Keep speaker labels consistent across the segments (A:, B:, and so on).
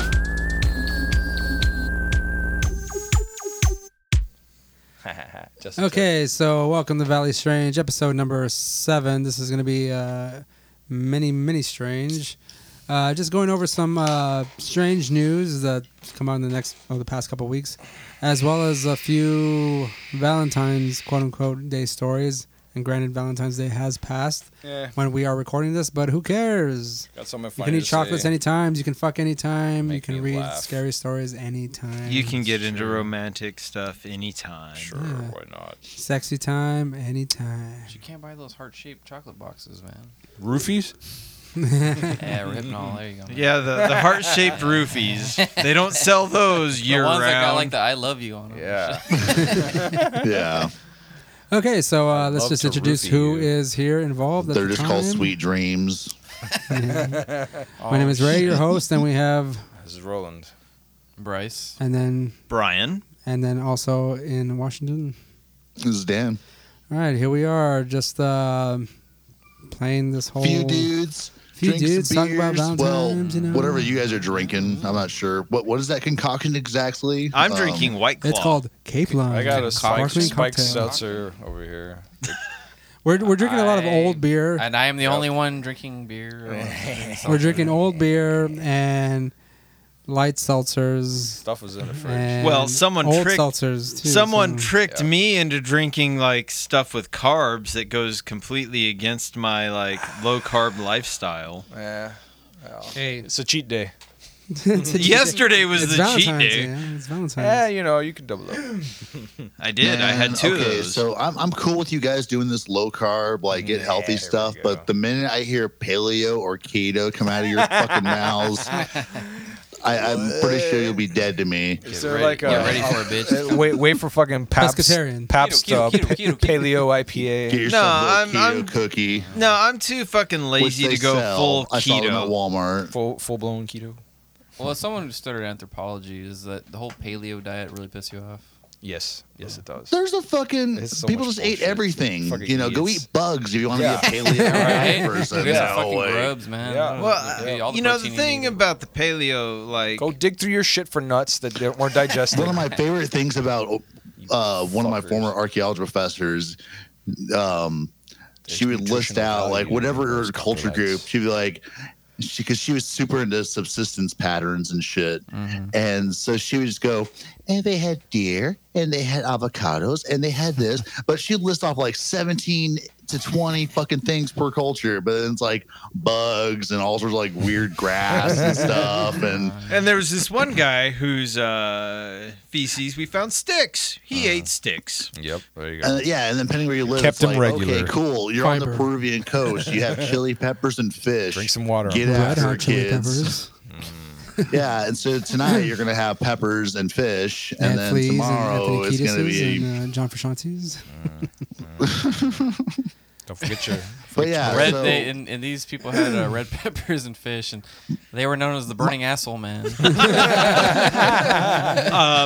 A: That's
B: Okay, so welcome to Valley Strange, episode number seven. This is going to be uh, mini, mini strange. Uh, just going over some uh, strange news that come out in the next of the past couple weeks, as well as a few Valentine's quote unquote day stories. And granted, Valentine's Day has passed
A: Yeah.
B: when we are recording this, but who cares?
A: Got something
B: You
A: funny
B: can eat
A: to
B: chocolates
A: say.
B: anytime. You can fuck anytime. you
A: Make
B: can
A: me
B: read
A: laugh.
B: scary stories anytime.
C: You can get into romantic stuff anytime.
A: Sure,
B: Yeah.
A: why not?
B: sexy time anytime.
D: You can't buy those heart shaped chocolate boxes, man.
A: Roofies?
D: yeah, Ripnol. There you go. man.
C: Yeah, the, the heart shaped roofies. They don't sell those
D: The
C: year
D: ones
C: round.
D: that got like the "I love you" on them.
A: Yeah.
E: Yeah,
B: Okay, so uh, let's
A: love
B: just
A: to
B: introduce
A: roofie
B: who is
A: you.
B: here involved. At
E: they're
B: the
E: just called
B: time.
E: sweet dreams.
B: My name is
A: Oh,
B: Ray, your host, and we have,
A: This is Roland.
D: Bryce.
B: and then,
C: Brian.
B: and then also in Washington.
E: This is Dan.
B: All right, here we are, just uh, playing this whole.
E: Few dudes.
B: Oh. Few
E: drink some
B: dudes talk about
E: beers. well,
B: Valentine's, you know.
E: whatever you guys are drinking, I'm not sure. What what is that concoction exactly?
C: I'm
E: Um,
C: drinking White Claw.
B: It's called Cape Line.
A: I got a spike,
B: Uh, sparkling
A: spike
B: cocktail.
A: seltzer over here.
B: We're, we're drinking a lot of
D: I-
B: old beer.
D: And I am the only one drinking beer. or drinking
B: we're
D: something.
B: drinking old beer and light seltzers.
A: Stuff was in the fridge.
B: And
C: Well, someone
B: old
C: tricked-
B: seltzers. Too,
C: Someone
B: so-
C: tricked
A: Yeah.
C: me into drinking like stuff with carbs that goes completely against my like low carb lifestyle.
A: yeah.
B: Hey,
A: It's a cheat day.
B: it's a-
C: Yesterday was
B: it's
C: the
B: Valentine's
C: cheat day.
B: Day. yeah, It's Valentine's.
A: Yeah, you know, you can double up.
C: I did. I had
E: Man,
C: two
E: okay,
C: of those.
E: so I'm I'm cool with you guys doing this low carb, like get
A: Yeah,
E: healthy
A: there
E: stuff.
A: we go.
E: But the minute I hear paleo or keto come out of your fucking mouths, I, I'm pretty sure you'll be dead to me.
A: Is there
D: ready-
A: like a.
D: get ready for it, bitch.
A: uh, wait, wait for fucking Pabst.
B: Pescatarian.
A: Pabst
D: Keto,
A: uh,
D: keto, keto, keto, keto.
A: Paleo
E: Get
A: IPA.
E: yourself a
C: I'm-
E: little keto
C: I'm-
E: cookie.
C: no, I'm too fucking lazy to
E: which they
C: go
E: sell.
C: full
E: I saw them at
C: keto.
E: Walmart.
A: Full, full blown keto.
D: Well, as someone who studied anthropology, is that the whole paleo diet really piss you off?
A: Yes. Yes, it does.
E: There's a fucking
A: It's so
E: people
A: much
E: just ate
A: bullshit.
E: everything.
A: Fucking
E: you know, go
A: idiots.
E: eat bugs if you want to
A: Yeah.
E: be a paleo
D: Right?
E: person.
D: Look at the
E: No
D: fucking
E: way.
D: grubs, man.
A: Yeah.
D: Oh,
C: Well, uh,
D: okay, all
C: you know the
D: protein you
C: thing
D: need.
C: about the paleo, like
A: Go dig through your shit for nuts that they weren't digested.
E: One of my favorite things about uh, one of my
A: fuckers.
E: former archaeology professors, um, she would list
A: nutritional
E: out like
A: value in
E: whatever
A: those
E: her culture
A: copyrights.
E: group. She'd be like, she because she was super into subsistence patterns and shit,
D: Mm-hmm.
E: and so she would just go, and they had deer, and they had avocados, and they had this, but she'd list off like seventeen to twenty fucking things per culture, but then it's like bugs and all sorts of like weird grass and stuff, and
C: And there was this one guy whose uh, feces we found sticks. He ate sticks.
A: Yep, there you
E: Uh, yeah, and then depending where you live,
A: Kept
E: it's
A: them
E: like,
A: regular.
E: Okay, cool. You're on
B: Fiber.
E: the Peruvian coast. You have chili peppers and fish.
A: Drink some water.
E: Get
B: Red
E: after
B: Hot
E: it,
B: Chili
E: kids.
B: Peppers.
E: yeah, and so tonight you're gonna have peppers and fish, and
B: Mad
E: then
B: Fleas
E: tomorrow
B: and
E: it's
B: Anthony
E: gonna
B: Kiedis's
E: be.
B: and uh, John Frusciante's.
A: Don't forget your.
E: But yeah,
D: Red,
E: so,
D: they, and, and these people had uh, red peppers and fish, and they were known as the burning asshole man.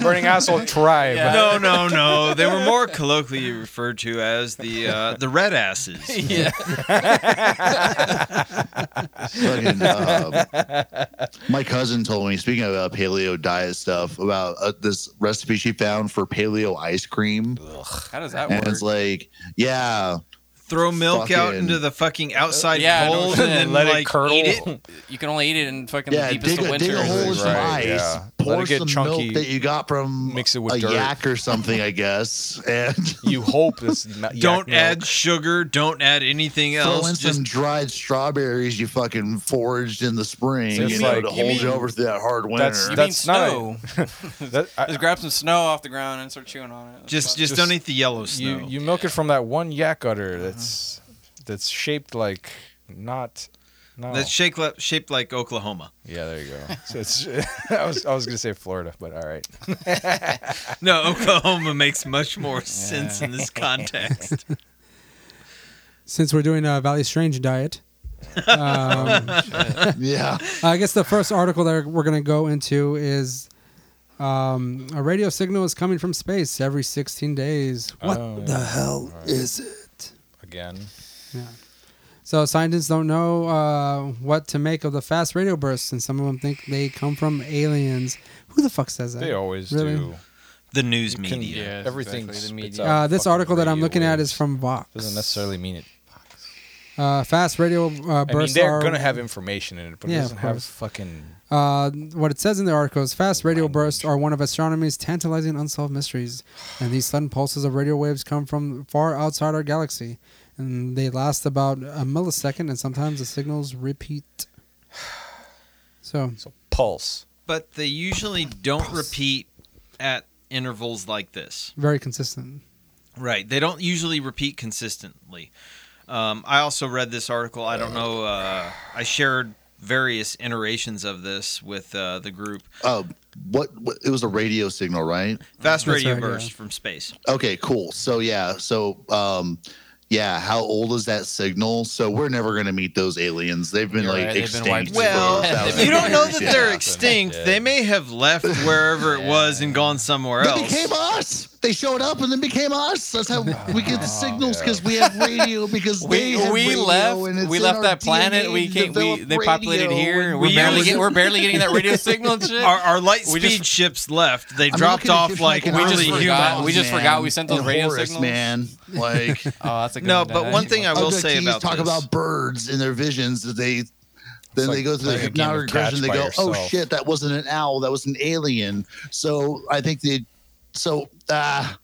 A: Burning asshole tribe.
D: Yeah.
C: Um, No, no, no. They were more colloquially referred to as the uh, the red asses.
D: yeah,
E: fucking, uh, my cousin told me. Speaking of uh, paleo diet stuff, about uh, this recipe she found for paleo ice cream,
D: how does that
E: and it's
D: work?
E: like, yeah,
C: Throw milk out
E: Fucking-
C: into the fucking outside
D: Yeah, I know
C: cold
D: what
C: and
D: you're
C: then
D: saying.
A: Let it
C: like
A: curdle.
C: eat it.
D: You can only eat it in fucking
E: Yeah,
D: the deepest
E: dig
D: of
E: a,
D: winter.
E: dig a hole in some
A: Right,
E: ice,
A: yeah. Let
E: pour
A: it get
E: some
A: chunky,
E: milk that you got from
A: mix it with
E: a
A: dirt.
E: yak or something, I guess, and
A: You hope this. ma- yak
C: Don't
A: milk-
C: add sugar. Don't add anything
E: throw in
C: else. Just
E: some dried strawberries you fucking foraged in the spring,
A: So it's
E: you know,
A: like-
E: to
A: you
E: hold
D: mean-
E: you over through that hard winter.
A: That's-
D: You mean
A: That's not-
D: snow?
A: That- I-
D: Just grab some snow off the ground and start chewing on it. That's
C: just
D: fine.
A: Just-
C: just don't eat the yellow snow.
A: you you milk it from that one yak udder that's that's shaped like not. No.
C: That's shaped like, shaped like Oklahoma.
A: yeah, there you go. So it's, I was I was gonna say Florida, but all right.
C: No, Oklahoma makes much more sense in this context.
B: Since we're doing a Valley Strange diet, um,
E: yeah,
B: I guess the first article that we're going to go into is um, a radio signal is coming from space every 16 days. What
A: Oh,
B: the
A: yeah.
B: hell is it?
A: Again,
B: Yeah. So scientists don't know uh, what to make of the fast radio bursts, and some of them think they come from aliens. Who the fuck says that?
A: they always
B: Really?
A: do.
C: the news
A: You can-
C: media.
D: yeah. Yes,
A: Everything
D: exactly, the
A: spits
D: media.
A: out
B: Uh, this
A: fucking
B: article that I'm
A: radio
B: looking at
A: waves.
B: is from Vox.
A: doesn't necessarily mean it.
B: Uh, fast radio uh,
A: I mean,
B: bursts
A: they're
B: are
A: gonna have information in it, but
B: Yeah,
A: it
B: of
A: doesn't have
B: course.
A: fucking.
B: Uh, what it says in the article is fast radio bursts are one of astronomy's tantalizing unsolved mysteries, and these sudden pulses of radio waves come from far outside our galaxy, and they last about a millisecond, and sometimes the signals repeat. So
A: So pulse.
C: But they usually don't repeat at intervals like this.
B: very consistent.
C: Right. They don't usually repeat consistently. Um, I also read this article. I don't know. Uh, I shared various iterations of this with uh, the group.
E: Oh, what, what? It was a radio signal, right?
C: Fast
B: That's
C: radio
B: right, yeah.
C: burst from space.
E: Okay, cool. So yeah, so um yeah, how old is that signal? So we're never going to meet those aliens. Theyey've been
D: You're
E: like
D: right, they've been
E: extinct.
D: wiped
E: for
D: Well,
E: thousands
D: been
C: you don't
E: of
C: know
E: years,
C: that
E: yeah.
C: they're
A: Yeah.
C: extinct.
A: Yeah.
C: They may have left wherever it was and gone somewhere
E: They
C: else.
E: became us. They showed up and then became us. That's how we get the signals
A: yeah.
E: because we have radio. Because
D: Oh, We,
E: they had
D: we
E: radio
D: left
E: and it's
D: we
E: in
D: left
E: our
D: that planet
E: DNA
D: we
E: to
D: can't we
E: develop
D: they populated
E: radio
D: here
E: and
D: and we're
C: we
D: barely
C: use-
D: getting we're barely getting that radio signal and shit.
C: Our, our light
D: We
C: speed
D: just-
C: ships left. They
E: I'm
C: dropped
E: looking at
C: off
E: you
C: like
E: fucking
D: we just
C: early
E: Arnold
D: forgot-
C: humans.
D: we just
E: man,
D: forgot we sent those
E: and
D: radio
E: Horace,
D: signals.
E: man. Like
D: Oh, that's a good
C: No,
D: one.
C: but
D: That
C: one
D: actually
C: thing
D: was-
C: I will
E: Other
C: say
E: teams
C: about
E: talk
C: this-
E: about birds and their visions that they then
A: like
E: they go through the
A: playing a game
E: hypnotic
A: of catch
E: regression they
A: by
E: go oh
A: yourself.
E: shit that wasn't an owl that was an alien so i think they so ah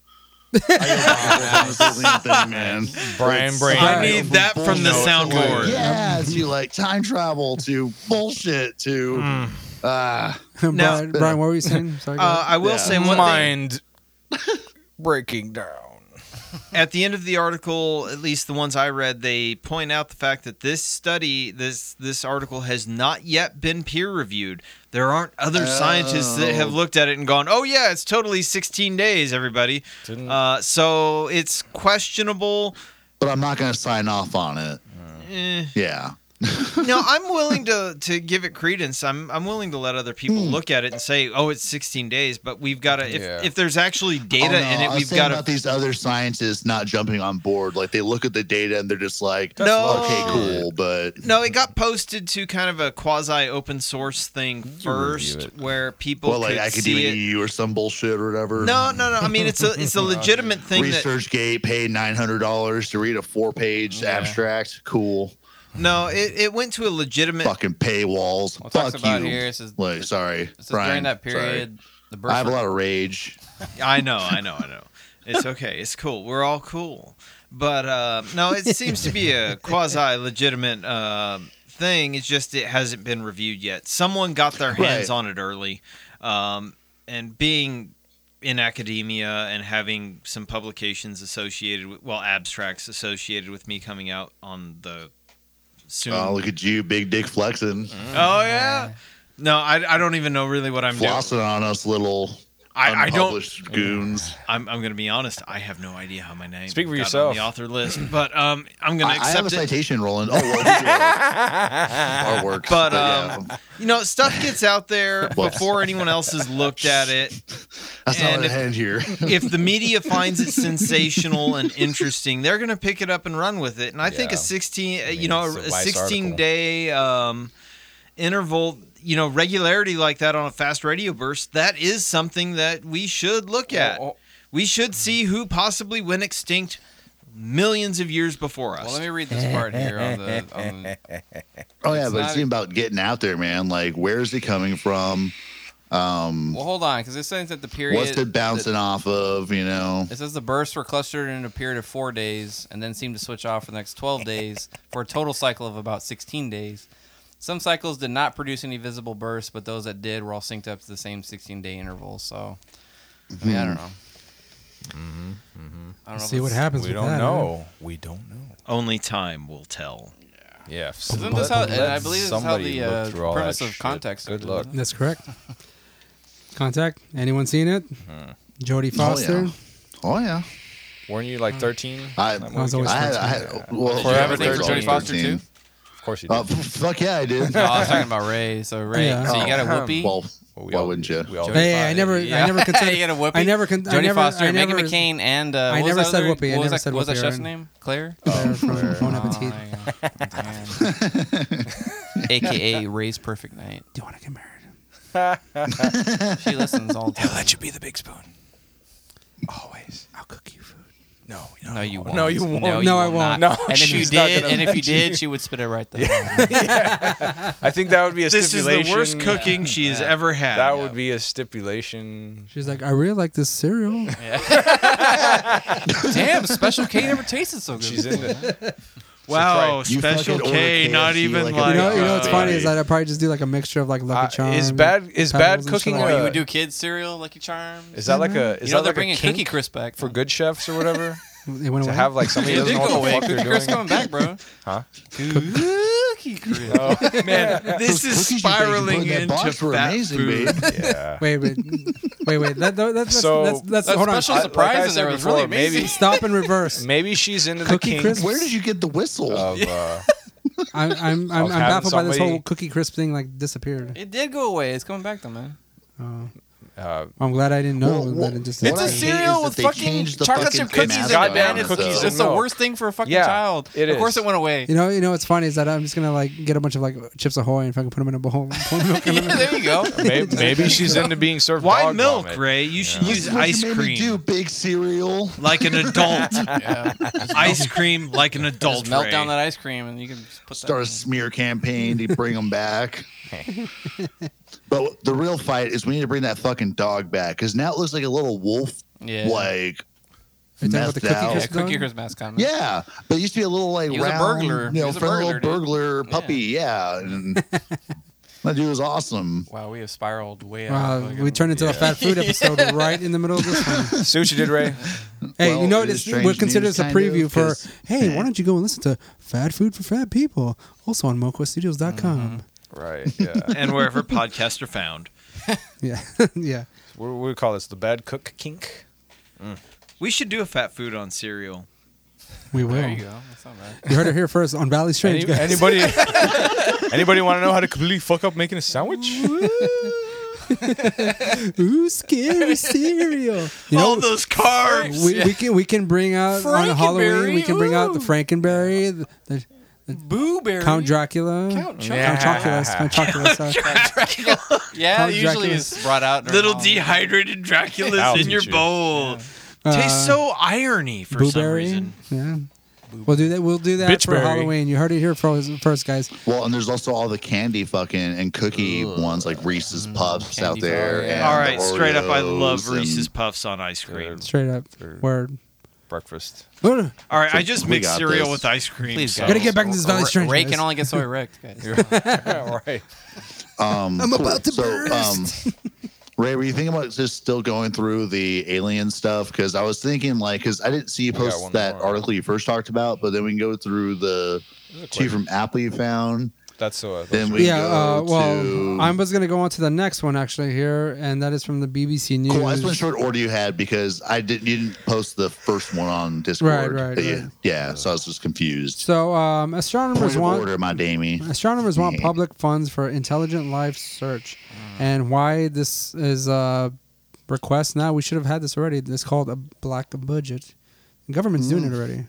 E: I don't know what was the alien thing, man.
A: Brian
E: It's-
A: Brain.
C: I need that from the
A: No, it's
C: soundboard.
E: yeah to like time travel to bullshit to
C: Hmm.
E: ah
C: Now-
B: Brian, Brian, what were you saying? Sorry, go
C: Uh,
B: ahead.
C: I will
E: Yeah.
C: say one thing.
A: mind breaking down.
C: At the end of the article, at least the ones I read, they point out the fact that this study, this this article, has not yet been peer reviewed. There aren't other scientists that have
E: Oh.
C: looked at it and gone, "Oh yeah, it's totally 16 days, everybody."
A: Didn't
C: Uh, so it's questionable.
E: but i'm not gonna sign off on it
C: Eh.
E: yeah
C: no, I'm willing to to give it credence. I'm I'm willing to let other people
E: Hmm.
C: look at it and say, "Oh, it's 16 days," but we've got to if,
A: Yeah.
C: if there's actually data
E: Oh, no,
C: in
E: I
C: it,
E: was
C: we've
E: saying
C: got
E: about
C: to
E: these other scientists not jumping on board. Like they look at the data and they're just like,
C: That's
E: no, okay,
C: bullshit.
E: cool, but
C: No, it got posted to kind of a quasi open source thing first where people
E: well, like
C: could see it.
E: academia E or some bullshit or whatever.
C: No, no, no. I mean, it's a it's a legitimate thing that
E: ResearchGate paid nine hundred dollars to read a four-page abstract. Cool,
C: No, it, it went to a legitimate
E: fucking paywalls.
D: Well, it talks
E: Fuck
D: about
E: you.
D: here. It says,
E: like, sorry,
D: it says
E: Brian.
D: during that
E: sorry.
D: period, the burst
E: I have a lot of rage.
C: I know, I know, I know. It's okay. It's cool. We're all cool. But uh, no, it seems to be a quasi legitimate uh, thing. It's just it hasn't been reviewed yet. Someone got their hands
E: Right.
C: on it early, um, and being in academia and having some publications associated with well abstracts associated with me coming out on the soon.
E: Oh,
C: Oh,
E: look at you, big dick flexing,
D: Mm,
C: yeah. No, I, I don't even know really what I'm doing.
E: flossing on us, little
C: I, I don't
E: unpublished goons.
C: I'm, I'm going to be honest. I have no idea how my name.
A: Speak for
C: got on
A: yourself.
C: the author list, but um, I'm going
E: I,
C: to
E: I have a
C: accept it.
E: citation, Roland. Oh, well, our works,
C: But, um,
E: yeah.
C: You know, stuff gets out there
E: Whoops.
C: before anyone else has looked at it.
E: that's not
C: and
E: what I
C: if-
E: had here.
C: If the media finds it sensational and interesting, they're going to pick it up and run with it. And I think a
A: Yeah.
C: 16,
A: mean,
C: you know,
A: it's a
C: a
A: Vice
C: 16
A: article.
C: day um, interval, you know, regularity like that on a fast radio burst, that is something that we should look at.
A: Well, oh.
C: We should see who possibly went extinct millions of years before us.
D: Well, let me read this part here on the. On the
E: Oh yeah,
D: It's
E: but
D: not-
E: it's even about getting out there, man. Like, where is it coming from? Um,
D: well, hold on, because it says that the period.
E: what's it bouncing off of? You know,
D: It says the bursts were clustered in a period of four days and then seemed to switch off for the next 12 days for a total cycle of about 16 days. Some cycles did not produce any visible bursts, but those that did were all synced up to the same 16 day interval. So, I mean, I don't know. I don't know if
B: see what
D: it's-
B: happens.
A: we
B: with
A: don't
B: that, huh?
A: know. We don't know.
C: Only time will tell.
A: Yeah. f-
D: Isn't
A: let-
D: this how-
A: let
D: and I believe this is how
A: somebody
D: the,
A: look
D: uh,
A: through all
D: premise
A: that
D: of
A: shit.
D: Context
A: Good
D: is,
A: luck.
D: isn't
B: That's correct. Contact. Anyone seen it?
A: Uh-huh.
B: Jodie
E: Oh,
B: Foster.
E: yeah. oh yeah.
A: Weren't you like 13?
E: I,
A: That
B: was
A: movie
B: always
E: I had, I had, well,
D: Did you ever
E: yeah,
D: think
E: I was
D: for Jodie
E: always
D: Foster
E: 13.
D: too?
A: Of course you did.
E: Uh, f- fuck yeah, I did. Uh,
D: No, Oh, I was talking about Ray. So Ray,
B: Yeah.
D: so you got a
A: Oh,
D: whoopee.
E: well,
A: Well,
E: why wouldn't you?
A: We all
D: Jodie
A: did.
B: Hey, I never- I never considered-
D: you got a whoopee.
B: I never con- I
D: Jodie
B: never-
D: Foster,
B: I
D: Megan
B: never-
D: McCain, and uh,
B: I
D: what was
B: never
D: that
B: said
D: other-
B: whoopee. I
D: What was
B: never
D: that,
B: said
D: what was that
B: whoopee,
D: chef's
B: Aaron.
D: name? Claire.
B: They're from Bon Appetit.
D: Oh, AKA Ray's Perfect Night.
B: Do you want to get married?
D: She listens all the time.
A: be the big spoon. Always.
B: I'll cook you food.
A: No,
D: No, you won't.
A: No, you won't.
D: No, you
B: No, I
D: will
B: won't.
D: not.
A: No,
D: and if you
A: she's not
D: did,
A: gonna
D: and if you
A: let
D: did,
A: you.
D: she would spit it right there.
A: I think that would be a
C: This is
A: stipulation.
C: the worst cooking she has ever had.
A: That would be a stipulation.
B: She's like, I really like this cereal.
D: Damn, Special K never tasted so good.
A: She's in the.
C: wow,
E: You
C: special
E: fucking
C: K,
E: order
C: not
E: KFC
C: even
E: like
C: like.
B: you
E: a
B: know, you know what's
C: uh,
B: funny is that I probably just do like a mixture of like
A: Uh,
B: Lucky Charms.
A: is bad is bad
B: Pebbles and
A: cooking
B: shit
D: or
B: like
A: a-
D: you would do kids cereal, Lucky Charms.
A: Is that like a? Is
D: you know
A: that
D: they're
A: like
D: bringing
A: a kink
D: Cookie Crisp back
A: for
D: now.
A: good chefs or whatever?
B: It went
A: to
B: away.
A: have like somebody
D: It
A: who
D: did
A: doesn't know
D: go
A: what the
D: away.
A: fuck
D: Cookie
A: they're
D: Crisp
A: doing.
D: coming back, bro.
A: Huh?
D: Cookie Crisp.
A: Oh,
C: Man, this
E: Those
C: is
E: cookies you baked and put
C: spiraling
E: in that
C: into
E: box were
C: fat
E: amazing,
C: food.
E: babe.
A: yeah.
B: wait, wait, wait, wait. That, that, that's,
A: So-
B: that's, that's,
D: That
B: hold on.
D: special
A: I- like
D: surprise
A: I
D: in
A: said
D: there was
A: before,
D: really amazing.
A: maybe-
B: Stop and reverse.
A: Maybe she's into the
B: Cookie
A: kink
B: crisp?
E: Where did you get the whistle?
A: of. Uh,
B: I'm I'm I'm, I'm
A: was having
B: baffled by this
A: somebody-
B: whole cookie crisp thing. Like disappeared.
D: It did go away. It's coming back though, man.
B: Oh,
A: uh,
B: I'm glad I didn't know.
E: Well,
B: and
E: well,
B: that it just
E: What
D: It's
E: I
D: a
E: hate
B: disappeared.
E: is
D: cereal
E: that
D: with
E: they
D: fucking
E: changed the
D: chocolate
E: fucking
D: chip cookies in it.
E: mascot
A: Goddamn
D: man. It's,
A: cookies
D: it's
A: and
D: the
A: milk.
D: worst thing for a fucking
A: Yeah,
D: child.
A: it
D: of course,
A: is.
D: it went away.
B: You know, you know what's funny is that I'm just gonna like get a bunch of like chips ahoy and fucking put them in a bowl. and pour milk in 'em.
D: yeah, there you go.
A: maybe, maybe she's into being served
C: Why
A: dog
C: milk,
A: vomit.
C: Ray? You should
E: This
C: use
E: is what you
C: ice
E: made me
C: cream
E: do big cereal.
C: like an adult.
D: Yeah.
C: ice cream like an adult.
D: Just melt
C: Ray.
D: down that ice cream and you can just put
E: Start a
D: that.
E: smear campaign to bring them back. but the real fight is we need to bring that fucking dog back because now it looks like a little wolf,
D: in. Yeah.
E: like
B: Are you talking about the
E: messed
B: cookie
E: out.
D: Yeah,
B: crisp?
D: Cookie
B: dog?
D: Crisp mascot. man.
E: Yeah, but it used to be a little like
D: He was a
E: round,
D: burglar.
E: you
D: He
E: know,
D: was a
E: friendly
D: burglar,
E: little
D: dude.
E: burglar puppy. Yeah, And that dude was awesome.
D: Wow, we have spiraled way out.
B: Wow, Uh, we turned into a fat food episode right in the middle of this one.
A: See what you did, Ray?
B: Hey,
E: Well,
B: you know,
E: it is
B: it's,
E: strange
B: we'll consider
E: news,
B: this a
E: kind of,
B: preview for.
E: 'cause-
B: Hey, why don't you go and listen to Fat Food for Fat People, also on MoQuestStudios.com.
A: Right. Yeah.
C: and wherever podcasts are found.
E: Mm-hmm.
B: Yeah, yeah.
A: What do we call this? The bad cook kink.
C: We should do a fat food on cereal.
B: We will.
D: There you
B: you,
D: go. That's not bad.
B: heard it here first on Valley Strange.
A: Any,
B: guys.
A: anybody? anybody want to know how to completely fuck up making a sandwich?
B: Ooh, scary cereal. You
C: All
B: know,
C: those carbs.
B: we, we can we can bring out on
D: Frankenberry,
B: Halloween. We can bring out the
D: ooh.
B: Frankenberry, the, the
D: Boo berry.
B: Count Dracula,
D: Count Chocula.
B: Count Chocula, Count Chocula. sorry.
D: Yeah,
B: Count
D: it usually
B: Dracula's-
D: is brought out. during
C: Little
D: Halloween.
C: dehydrated Dracula's
A: Thousand
C: in your
A: juice.
C: bowl.
B: Uh,
C: Tastes so irony for some
B: Blueberry.
C: reason.
B: Yeah. We'll do that. We'll do that for
A: Bitchberry.
B: Halloween. You heard it here fro- first, guys.
E: Well, and there's also all the candy fucking and cookie ones like Reese's Puffs
D: Mm-hmm. candy
E: out there.
D: bar, yeah.
E: and
C: All right,
E: the
C: straight up, I
E: Oreos
C: love
E: and-
C: Reese's Puffs on ice cream.
B: Straight up
A: Sure.
B: word.
A: Breakfast.
B: Ugh,
C: All right, I just
E: We
C: mixed
E: got
C: cereal
E: this.
C: with ice cream.
D: Please,
C: so-
D: guys.
B: Gotta get back into this Valley
D: Ra-
B: Strange.
D: Ray
B: guys.
D: can only get so erect, guys.
A: right.
E: Um,
B: I'm about to
E: so, Um, Ray, were you thinking about just still going through the alien stuff? Because I was thinking, like, because I didn't see you
A: We got
E: post
A: one
E: that
A: more.
E: article you first talked about, but then we can go through the two from Apple you found.
A: That's uh,
E: Then we
B: Yeah.
E: go
B: Uh, well,
E: to.
B: I was gonna go on to the next one actually here, and that is from the BBC News.
E: Cool. I just went short order you had because I didn't you didn't post the first one on Discord.
B: right,
E: that you-
B: right.
E: Yeah, so I was just confused.
B: So um, astronomers
E: Point of
B: want
E: order, my Damie.
B: Astronomers want
E: Yeah.
B: public funds for intelligent life search, and why this is a request now. We should have had this already. It's called a black budget. The government's
E: Hmm.
B: doing it already,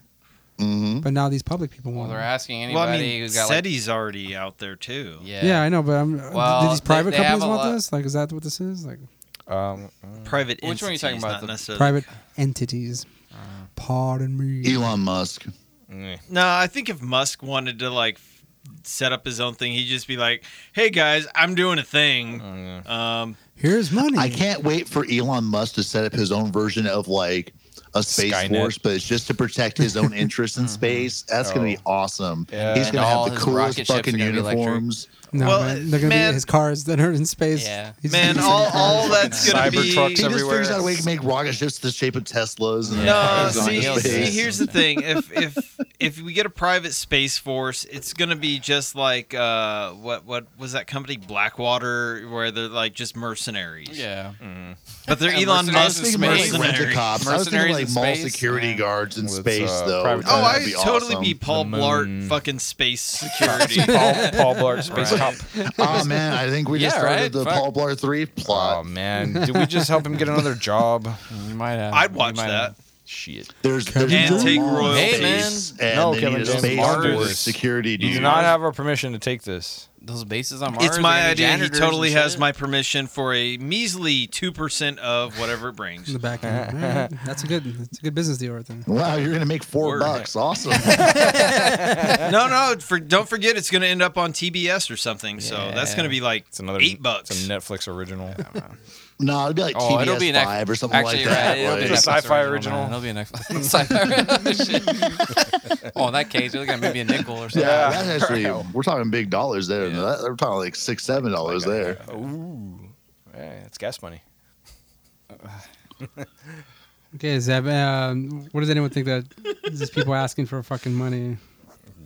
E: Mm-hmm.
B: but now these public people
D: Well,
B: want.
D: they're
B: it.
D: asking anybody
C: Well, I mean,
D: who's got like,
C: SETI's already out there too.
D: yeah,
B: Yeah. I know, but I'm,
D: Well,
B: do these
D: they-
B: private
D: they have
B: companies
D: a
B: want
D: lot-
B: this? Like, is that what this is? Like
A: um,
C: Mm-hmm. Private
D: Which one are you talking
C: entities,
D: about?
C: not
D: The Uh-huh.
C: necessarily-
B: private entities. Pardon me.
E: Elon Musk.
A: mm,
C: No, I think if Musk wanted to like f- set up his own thing, he'd just be like, "Hey guys, I'm doing a thing."
A: mm.
D: Mm-hmm.
C: Um,
B: Here's money.
E: I can't wait for Elon Musk to set up his own version of like a space
A: Skynet.
E: force, but it's just to protect his own interest
D: Mm-hmm.
E: in space. That's gonna be
A: Oh.
E: awesome.
A: Yeah.
E: He's
A: And
E: gonna
D: all
E: have the
D: his
E: coolest
D: rocket ships are
E: fucking
D: gonna be electric.
E: uniforms.
B: No,
C: Well,
B: man, they're gonna
C: man-
B: be his cars that are in space.
D: Yeah.
B: He's
C: man,
B: just-
C: all, all that's gonna
A: Cyber
C: be
A: trucks
E: He just
A: everywhere.
E: figures out a way to make rocket ships the shape of Teslas. And
C: No,
E: cars going
C: see,
E: to
D: Elon
E: space.
C: see,
D: Musk.
C: here's the thing. If if if we get a private space force, it's gonna be just like uh, what what was that company Blackwater, where they're like just mercenaries.
D: yeah.
A: mm.
C: but they're
D: And
C: Elon
D: mercenaries
C: Musk's
D: in
E: Think about, like,
D: space.
C: mercenaries.
E: rent-a-cops. I was thinking
D: Mercenaries
E: like
D: in
E: mall
D: space.
E: security
D: Yeah.
E: guards in
A: With,
E: space,
A: uh,
E: though.
A: private-
C: Oh,
E: That'd
C: I'd
E: be
C: totally
E: awesome.
C: be Paul
A: The
C: Blart
A: moon.
C: fucking space security.
A: Paul, Paul Blart, space cop.
E: Oh man, I think we just
D: Yeah,
E: started
D: right?
E: the
D: Fuck.
E: Paul Blart three plot.
A: Oh man, did we just help him get another job?
D: You might have.
C: I'd
D: you
C: watch
D: might
C: that.
D: have.
A: Shit.
E: There's, there's
C: And take royalties.
E: space,
A: Hey, man.
E: And
A: No,
E: they
A: Kevin
E: need a
A: James
E: space
A: Mars.
E: force security
A: You do
E: dude.
A: not have our permission to take this.
D: those bases on Mars.
C: It's
D: They're
C: my
D: gonna be
C: idea. He
D: janitors
C: totally
D: and
C: has
D: shit.
C: my permission for a measly two percent of whatever it
B: in
C: brings.
B: the back end. All right. That's a good. That's a good business deal right there.
E: Wow, you're gonna make four
C: Word.
E: bucks. Awesome.
C: no, no. For, don't forget, it's going to end up on TBS or something. So that's
D: Yeah.
C: going to be like
A: It's another
C: eight bucks.
A: It's a Netflix original.
E: no, it'd be like
D: Oh,
E: TBS
D: it'll be an ex-
E: five or something
D: Actually,
E: like that.
D: right. It'll be
E: like-
D: an
A: It's a sci-fi
D: man.
A: original.
D: It'll be an Netflix sci-fi. original. oh, in that case, you're looking at maybe a nickel or something.
E: yeah,
A: Yeah.
E: that's actually we're talking big dollars there.
D: Yeah.
E: That- We're talking like six, seven dollars there.
A: Ooh, yeah, it's gas money.
B: Okay, Zeb. Um, what does anyone think that is just people asking for fucking money?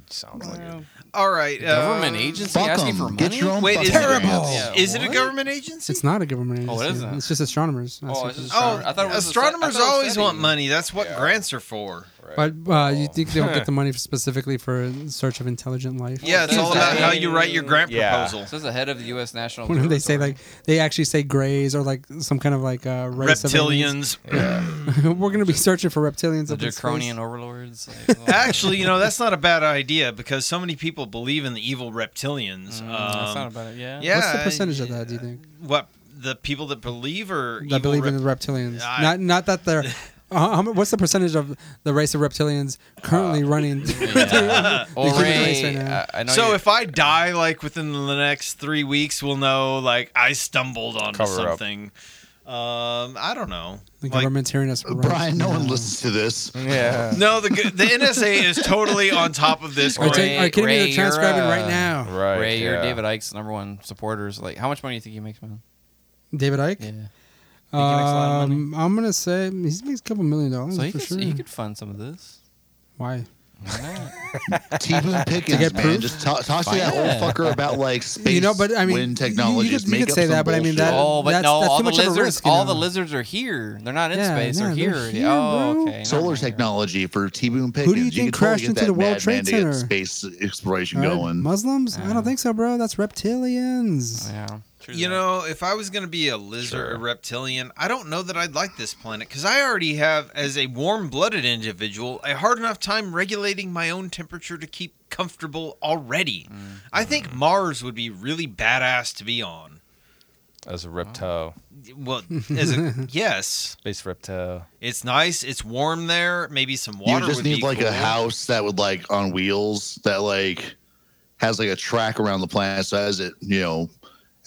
A: Sounds like it.
C: All right.
D: Government
C: uh,
D: agency
E: Fuck
D: asking
E: 'em.
D: for money.
E: Get your own
C: Wait, is
E: fucking
C: it,
E: grants.
D: Yeah.
C: is it a
D: What?
C: government agency?
B: It's not a government agency.
D: Oh, it isn't?
B: It's just astronomers.
D: Oh, it's just
C: Oh,
D: I thought it was a- I thought it
C: astronomers
D: was
C: always
D: SETI.
C: want money. That's what grants are for.
B: But uh,
D: Oh.
B: you think they'll get the money specifically for in search of intelligent life?
C: Yeah, it's all about how you write your grant
A: Yeah.
D: It
C: proposal.
D: says the head of the U.S. National.
B: When they say
D: Observatory.
B: like they actually say grays or like some kind of like uh, race of aliens.
C: Reptilians.
B: We're gonna be searching for reptilians.
D: the
B: up in space.
D: draconian overlords. like, well,
C: Actually, you know that's not a bad idea because so many people believe in the evil reptilians.
D: mm, that's not
C: um,
D: about it. Yeah.
C: yeah,
B: What's the percentage of that? Do you think?
C: What the people that believe or
B: that believe in the reptilians. not not that they're. Uh, how mu- what's the percentage of the race of reptilians currently running?
D: Yeah.
B: the human race right
D: Ray,
B: now?
D: I, I know.
C: so
D: you-
C: if I die like within the next three weeks, we'll know like I stumbled onto
A: Cover up.
C: something. Um, I don't know.
B: the
C: Like,
B: government's hearing us. Right
E: Brian, no
B: now.
E: one listens to this.
A: Yeah.
C: no, the g- the NSA is totally on top of this.
B: Are,
D: Or
B: you ta-
C: Corey.
D: take-
B: are you kidding
D: Ray,
B: me? They're transcribing
D: you're,
B: right
D: uh,
B: now.
A: Right.
D: Ray, you're
A: yeah.
D: David Ike's number one supporters. Like, how much money do you think he makes, man?
B: David Ike.
D: Yeah. makes a lot of
B: Um, I'm gonna say he makes a couple million dollars
D: So he
B: for
D: could,
B: sure.
D: he could fund some of this.
B: Why?
D: Why not?
E: T Boone Pickens,
B: get
E: man,
B: proof?
E: just talk, talk to
D: Fine.
E: that
D: Yeah.
E: old fucker about like space,
B: You know, but I mean, you- you
E: wind
B: could-
E: technologies.
B: you could
E: make up
B: say
E: some
B: that, but I mean,
E: bullshit.
B: that-
D: oh, but
B: that's-
D: no,
B: that's
D: all
B: too
D: the
B: much of a
D: lizards,
B: risk, you
D: all
B: know.
D: the lizards are here. They're not in
B: Yeah,
D: space. They're
B: no,
D: here.
B: they're
D: already.
B: here,
D: oh,
B: bro.
D: okay.
E: solar
D: Not here.
E: technology for T Boone Pickens.
B: Who do you think
E: could totally
B: crashed
E: get
B: into
E: that
B: the World
E: madman
B: Trade
E: to get
B: Center?
E: Space exploration
B: All right,
E: going.
B: Muslims? I
D: Yeah. Oh,
B: don't think so, bro. That's reptilians.
D: Yeah. True
C: You
D: that.
C: know, if I was going to be a lizard
A: Sure.
C: or reptilian, I don't know that I'd like this planet because I already have, as a warm blooded individual, a hard enough time regulating my own temperature to keep comfortable already. I think
D: Mm-hmm.
C: Mars would be really badass to be on.
A: As a reptile,
C: Well, as a, yes,
A: space reptile.
C: it's nice. It's warm there. Maybe some
E: You
C: water.
E: just
C: would
E: need
C: be
E: like
C: cool.
E: a house that would like on wheels that like has like a track around the planet. So as it you know,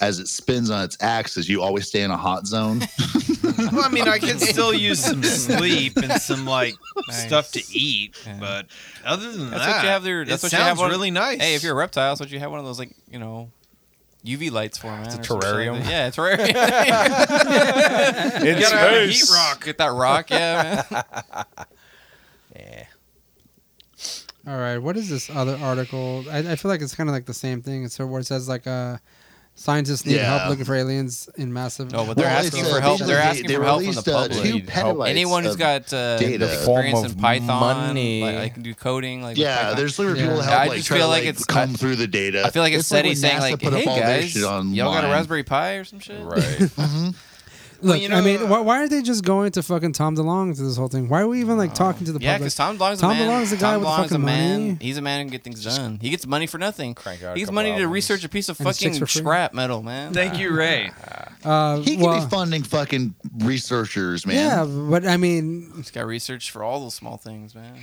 E: as it spins on its axis, you always stay in a hot zone.
C: Well, I mean, I could still use some sleep and some like
D: Nice.
C: stuff to eat,
D: Yeah.
C: but other than
D: That's
C: that,
D: what you have there- that's
C: it
D: what you
C: sounds
D: have on-
C: really nice.
D: Hey, if you're a reptile, so you have one of those like you know. UV lights for
E: Ah,
D: man.
A: a
D: or something.
A: terrarium.
D: Yeah, a terrarium.
A: It's
C: gotta have a heat rock.
D: Get that rock, yeah, man.
B: All right, what is this other article? I, I feel like it's kind of like the same thing. It's where it says like uh, scientists need
E: Yeah.
B: help looking for aliens in massive.
D: No, but they're
E: Well,
D: asking
E: it's, uh,
D: for help.
E: basically
D: They're
E: they-
D: asking
E: they
D: for help from the
E: released, uh,
D: public.
E: two petabytes
D: Anyone who's
E: of
D: got uh,
E: data.
A: Form
D: experience
A: of
D: in Python,
A: money.
D: like, like can do coding, like with
E: yeah,
D: Python.
E: there's literally people
B: Yeah.
E: help
D: I
E: like
D: just
E: try
D: feel
E: to,
D: like
E: like,
D: it's-
E: come
D: I-
E: through the data.
D: I feel like it's,
E: like
D: SETI
E: when
D: saying
E: NASA
D: like,
E: put up
D: "Hey
E: all their
D: guys,
E: shit online.
D: y'all got a Raspberry Pi or some shit?"
A: Right.
B: Look,
C: you know,
B: I mean,
C: uh,
B: why, why are they just going to fucking Tom DeLong to this whole thing? Why are we even like talking to the
D: Yeah,
B: public?
D: because Tom DeLonge's
B: Tom
D: a man.
B: DeLonge's the guy
D: Tom
B: with the
D: DeLonge's a
B: fucking
D: man.
B: money.
D: He's a man who can get things done. He gets money for nothing.
A: Crank out a
D: he gets
A: couple
D: money to
A: albums.
D: research a piece of
B: And it's six
D: fucking
B: for free.
D: scrap metal, man.
C: Thank you, Ray.
B: uh,
E: He could
B: well,
E: be funding fucking researchers, man.
B: Yeah, but I mean,
D: This guy researched for all those small things, man.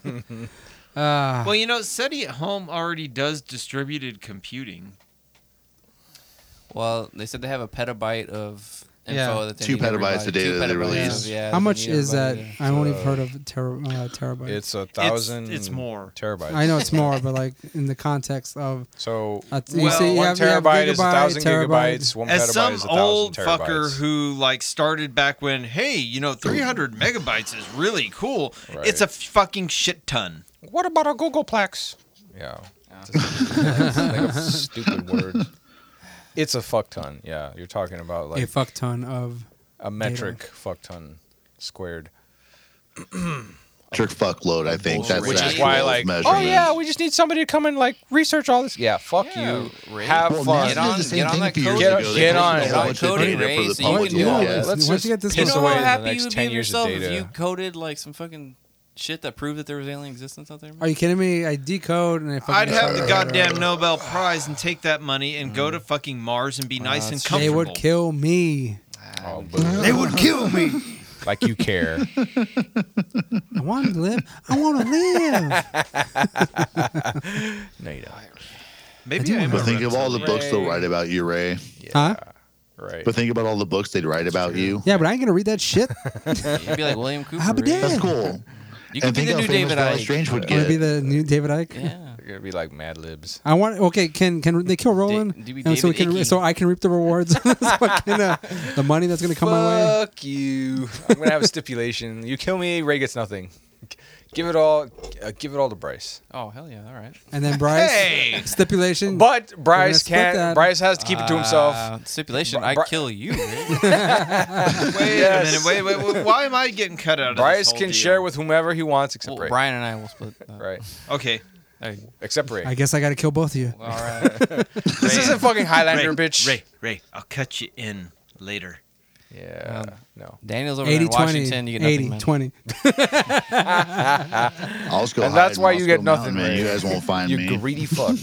B: uh,
C: Well, you know, SETI at home already does distributed computing.
D: well, they said they have a petabyte of info
B: Yeah.
D: that they
E: Two
D: need everybody-
E: petabytes of data
D: two
E: that they
D: petabytes
E: released.
D: of- yeah,
B: how
D: they
B: much
D: need
B: is that?
D: everybody to-
B: I only
A: So-
B: have heard of ter- uh, terabyte.
A: It's a
C: It's-
A: thousand.
C: it's more.
A: terabytes.
B: I know it's more, but like in the context of
A: So
B: That's-
A: one,
B: you see, you
A: one
B: have- you have
A: terabyte is a
B: gigabyte,
A: thousand
B: terabyte.
A: gigabytes. One
C: As
A: petabyte
C: some
A: is a thousand
C: old
A: terabytes.
C: fucker who like started back when, hey, you know, 300 megabytes is really cool.
A: Right.
C: It's a fucking shit ton.
A: What about a Googleplex? Yeah. Think of stupid word. It's a fuck ton. Yeah, you're talking about like
B: a fuck ton of.
A: a metric fuck ton squared.
E: Jerk fuck load, I think. That's
A: Which
E: the
A: is
E: actual
A: why, like, oh
E: measurement.
A: yeah, we just need somebody to come and like research all this. Yeah, fuck
D: Yeah,
A: you.
D: Ray.
A: Have
E: Well,
A: fun.
D: Get
E: NASA did
D: on-
E: the
D: get
E: same
D: on
E: thing a
D: that
E: few years
D: coding.
E: ago. They
A: Get on-
E: collected
A: get
E: a
D: on
E: bunch of
D: coding,
E: data
D: Ray,
E: for the
D: so you
E: public
D: can do
E: to look
A: all
E: at.
A: this. Let's
B: Once you
A: just
B: get this
A: piss
B: much
A: away
B: away,
A: the next 10 years of
D: if
A: data.
D: you coded like some fucking shit that proved that there was alien existence out there?
B: Are you kidding me? I decode and I fucking
C: I'd have
B: try
C: the
B: to-
C: goddamn Nobel Prize and take that money and go
A: Mm.
C: to fucking Mars and be nice and
B: They
C: comfortable.
B: would kill me.
A: Oh, boo.
F: They would kill me.
A: like you care.
B: I want to live. I want to live.
A: No, you don't.
C: Maybe I, am
E: But
C: a
E: think of all the
C: reptilian.
E: books they'll write about you, Ray.
B: Huh?
A: Right.
E: But think about all the books they'd write about you.
B: Yeah, but I ain't gonna read that shit.
D: You'd be like William Cooper.
B: I'll be
D: really.
B: dead.
E: That's cool.
D: You could
E: and
D: be
E: think
D: the
E: how
D: new
E: famous
D: David
E: Dallas
D: Ike.
E: Strange would
B: Wanna
E: get.
B: be the new David Ike?
D: Yeah.
A: They're gonna be like Mad Libs.
B: I want. Okay, can can they kill Roland?
D: do we
B: and so we
D: David
B: can
D: Icke?
B: so I can reap the rewards. of this fucking, uh, the money that's gonna come my way.
A: Fuck you. I'm gonna have a stipulation. You kill me, Ray gets nothing. Give it all. Uh, give it all to Bryce.
D: Oh hell yeah! All right.
B: And then Bryce
C: Hey!
B: stipulation.
A: But Bryce
B: split that.
A: can't. Bryce has to keep it to himself.
C: Ah,
D: Uh, stipulation.
A: Bri-
D: I
A: Bri-
D: kill you.
C: Wait
A: Yes.
C: a minute. Wait, wait, wait. Why am I getting cut out of this
A: Bryce
C: whole
A: can
C: deal?
A: share with whoever he wants, except
D: well,
A: Ray.
D: Brian and I will split. That.
A: Right.
C: Okay.
D: Hey,
A: Except Ray.
B: I guess I gotta kill both of you.
D: all right.
A: this isn't fucking Highlander,
C: Ray,
A: bitch.
C: Ray, Ray, I'll cut you in later.
A: Yeah.
D: Um,
A: no.
D: Daniel's over there
B: 80
D: in
B: 20,
D: Washington. You get nothing,
B: 80
D: man.
B: 20.
E: I'll just go
A: And
E: hide
A: that's
E: in
A: why you
E: Moscow
A: get nothing,
E: Mountain, man.
A: Ray.
E: You guys won't find
A: you
E: me.
A: greedy fuck.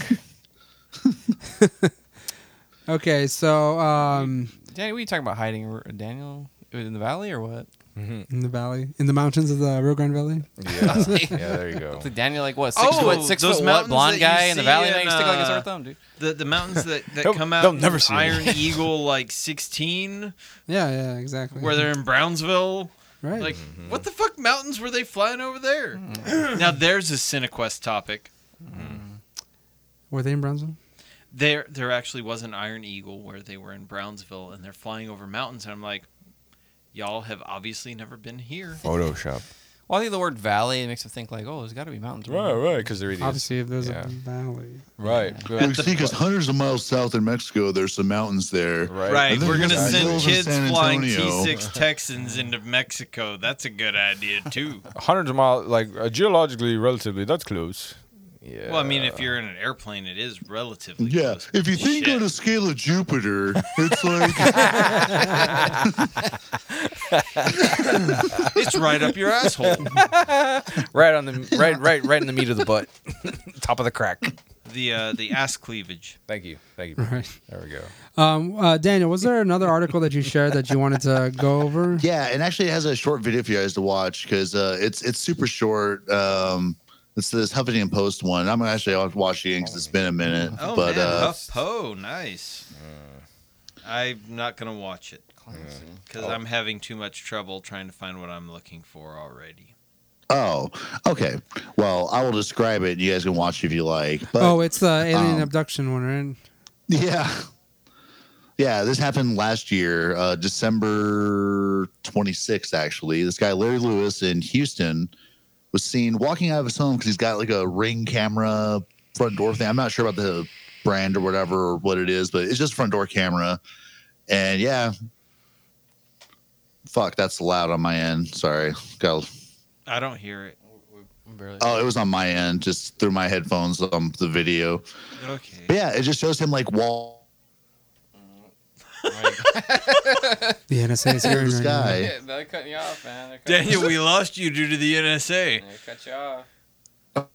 B: Okay, so um,
D: Danny, what are you talking about hiding? R- Daniel in the valley or what?
B: in the valley, in the mountains of the Rio Grande Valley.
A: Yeah. yeah. There you go.
D: Like Daniel, like what? Six
C: Oh,
D: foot, six
C: those
D: foot, what
C: mountains
D: blonde
C: that
D: guy
C: you
D: in the
C: see
D: valley
C: in,
D: that you stick like a
C: uh,
D: sore thumb, dude.
C: The the mountains that, that
A: They'll-
C: come out
A: they'll never
C: in
A: see me.
C: Iron Eagle like 16
B: Yeah, yeah, exactly.
C: where they're in Brownsville.
B: right?
C: Like
E: Mm-hmm.
C: what the fuck mountains were they flying over there? now there's a Cinequest topic.
B: were they in Brownsville?
C: There there actually was an Iron Eagle where they were in Brownsville and they're flying over mountains and I'm like y'all have obviously never been here.
A: Photoshop.
D: Well, I think the word valley it makes him think like, oh, there's got to be mountains.
A: Right. Right. Because they're idiots.
B: Obviously, if there's
A: Yeah.
B: a valley.
A: Right.
E: We see, because hundreds of miles south in Mexico, there's some mountains there.
A: Right.
C: Right,
E: And then
C: we're gonna
E: there's
C: send
E: hills in
C: kids
E: San
C: flying
E: Antonio.
C: T6 Texans into Mexico. That's a good idea too.
A: Hundreds of miles, like uh, geologically, relatively, that's close. Yeah.
C: Well, I mean, if you're in an airplane, it is relatively.
E: Yeah,
C: close.
E: if you think
C: Shit.
E: on a scale of Jupiter, it's like
C: it's right up your asshole.
A: right on the right, right, right in the meat of the butt, top of the crack.
C: The uh, the ass cleavage.
A: Thank you. Thank you.
B: Right.
A: There we go.
B: Um, uh, Daniel, was there another article that you shared that you wanted to go over?
E: yeah, and actually it has a short video for you guys to watch because uh, it's it's super short. Um, it's this Huffington Post one. I'm gonna actually I'll watch it because it's been a minute.
C: Oh
E: but
C: man,
E: uh,
C: HuffPo, nice. I'm not gonna watch it because
B: Oh.
C: I'm having too much trouble trying to find what I'm looking for already.
E: oh, okay. Well, I will describe it. and You guys can watch if you like. But
B: oh, it's the alien
E: um,
B: abduction one, right?
E: Yeah. Yeah, this happened last year, uh, December 26th, actually. This guy, Larry Lewis in Houston, was seen walking out of his home because he's got like a ring camera front door thing. I'm not sure about the brand or whatever or what it is, but it's just front door camera. And yeah, fuck, that's loud on my end. Sorry. Got,
C: I don't hear it.
D: Barely.
E: oh, it was on my end, just through my headphones, um, the video.
C: Okay.
E: But yeah, it just shows him like wall.
B: The NSA is hearing
E: This
B: right now.
E: guy.
D: Yeah, they're cutting you off, man. They're cutting
C: Daniel, we lost you due to the NSA.
D: They cut you off.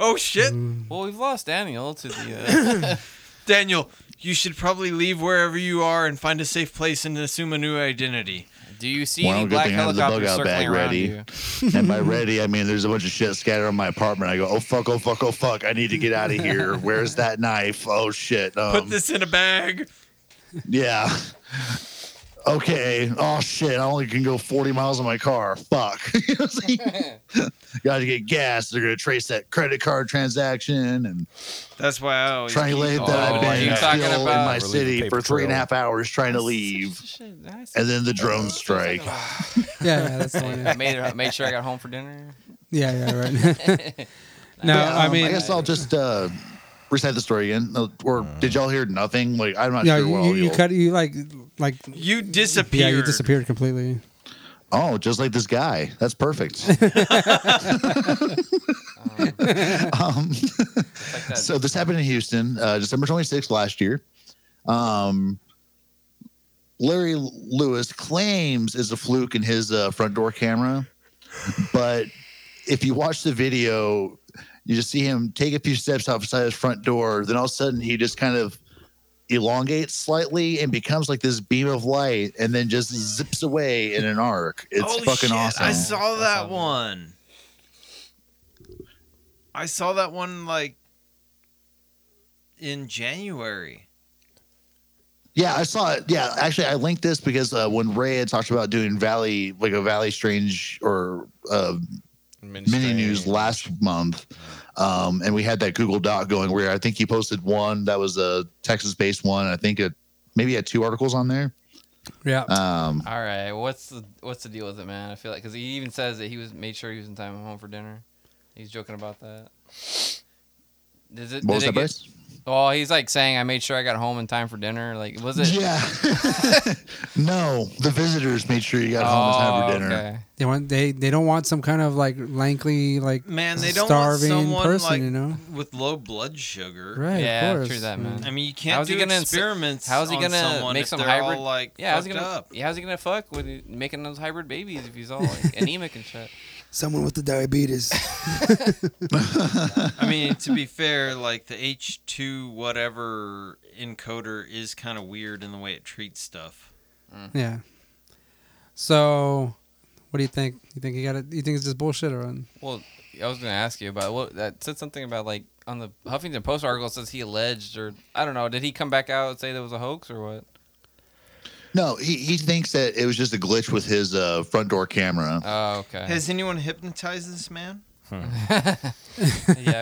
C: Oh shit,
B: Mm.
D: Well, we've lost Daniel to the. Uh,
C: Daniel, you should probably leave wherever you are and find a safe place and assume a new identity.
D: do you see
E: Well,
D: any
E: good
D: black
E: thing I have the bug
D: helicopters
E: out
D: circling
E: bag
D: around
E: ready.
D: you?
E: and by ready, I mean there's a bunch of shit scattered on my apartment. I go, oh fuck, oh fuck, oh fuck, I need to get out of here. Where's that knife? Oh shit. Um,
C: Put this in a bag.
E: Yeah. Okay. Oh shit, I only can go 40 miles in my car. Fuck. You know what I'm saying? Got to get gas. They're gonna trace that credit card transaction and
C: That's why I always
E: triangulate
C: keep-
E: that
D: Oh,
E: I've been
D: you're talking
E: still in
D: about-
E: my
A: Relieve the
E: city
A: paper
E: for three and a
A: trail.
E: half hours trying to leave.
D: Shit, nice.
E: And then the drone strike.
B: Yeah, yeah, that's the one.
D: I
B: Yeah,
D: made, I made sure I got home for dinner.
B: yeah, yeah right. no,
E: Yeah,
B: I
E: um,
B: mean,
E: I guess I'll just uh, recite the story again. No, Or did y'all hear nothing? Like, I'm not
B: yeah,
E: sure
B: Mm.
E: what
B: you,
E: all
B: you, you
E: y'all-
B: cut, you like, like,
C: You disappeared.
B: yeah, you disappeared completely.
E: Oh, just like this guy. That's perfect. um,
D: It's like that.
E: so this happened in Houston, uh, December 26th last year. Um, Larry Lewis claims is a fluke in his uh, front door camera, But if you watch the video, you just see him take a few steps outside his front door. Then all of a sudden, he just kind of elongates slightly and becomes like this beam of light, and then just zips away in an arc. It's
C: Holy
E: fucking
C: shit,
E: awesome.
C: I saw
D: That's
C: that
D: awesome.
C: one. I saw that one like in January.
E: Yeah, I saw it. Yeah, actually, I linked this because uh, when Ray had talked about doing Valley, like a Valley Strange or uh, mini news last month, um, and we had that Google Doc going where I think you posted one that was a Texas based one. I think it maybe had two articles on there.
B: Yeah.
E: Um,
C: Uh,
D: All right, what's the what's the deal with it, man? I feel like because he even says that he was made sure he was in time home for dinner. He's joking about that. Does it?
E: what
D: did
E: was
D: it
E: that
D: get-
E: base?
D: Well, he's like saying I made sure I got home in time for dinner. Like, was it?
E: Yeah. no, the visitors made sure you got home in time for
D: Oh,
E: dinner.
D: okay.
B: They want they they don't want some kind of like lankly like
C: Man, they don't
B: starving
C: want someone
B: person,
C: like
B: you know.
C: with low blood sugar.
B: Right.
D: Yeah,
B: of course. Mm.
D: true that,
B: yeah.
D: man.
C: I mean, you can't
D: How's he
C: do
D: gonna ins-
C: experiments.
D: how's he
C: on
D: gonna
C: someone
D: make
C: if
D: some
C: they're
D: hybrid-
C: All, like
D: Yeah, how's he
C: fucked
D: gonna?
C: up.
D: Yeah, how's he gonna fuck with it- making those hybrid babies if he's all like, anemic and shit?
B: Someone with the diabetes.
C: I mean, to be fair, like the H two whatever encoder is kind of weird in the way it treats stuff.
B: yeah. So, what do you think? You think he got it? You think it's just bullshit or?
D: Well, I was gonna ask you about what that said something about like on the Huffington Post article it says he alleged or I don't know. Did he come back out and say that was a hoax or what?
E: No, he, he thinks that it was just a glitch with his uh, front door camera.
C: Uh,
D: Oh, okay.
C: Has anyone hypnotized this man?
D: yeah,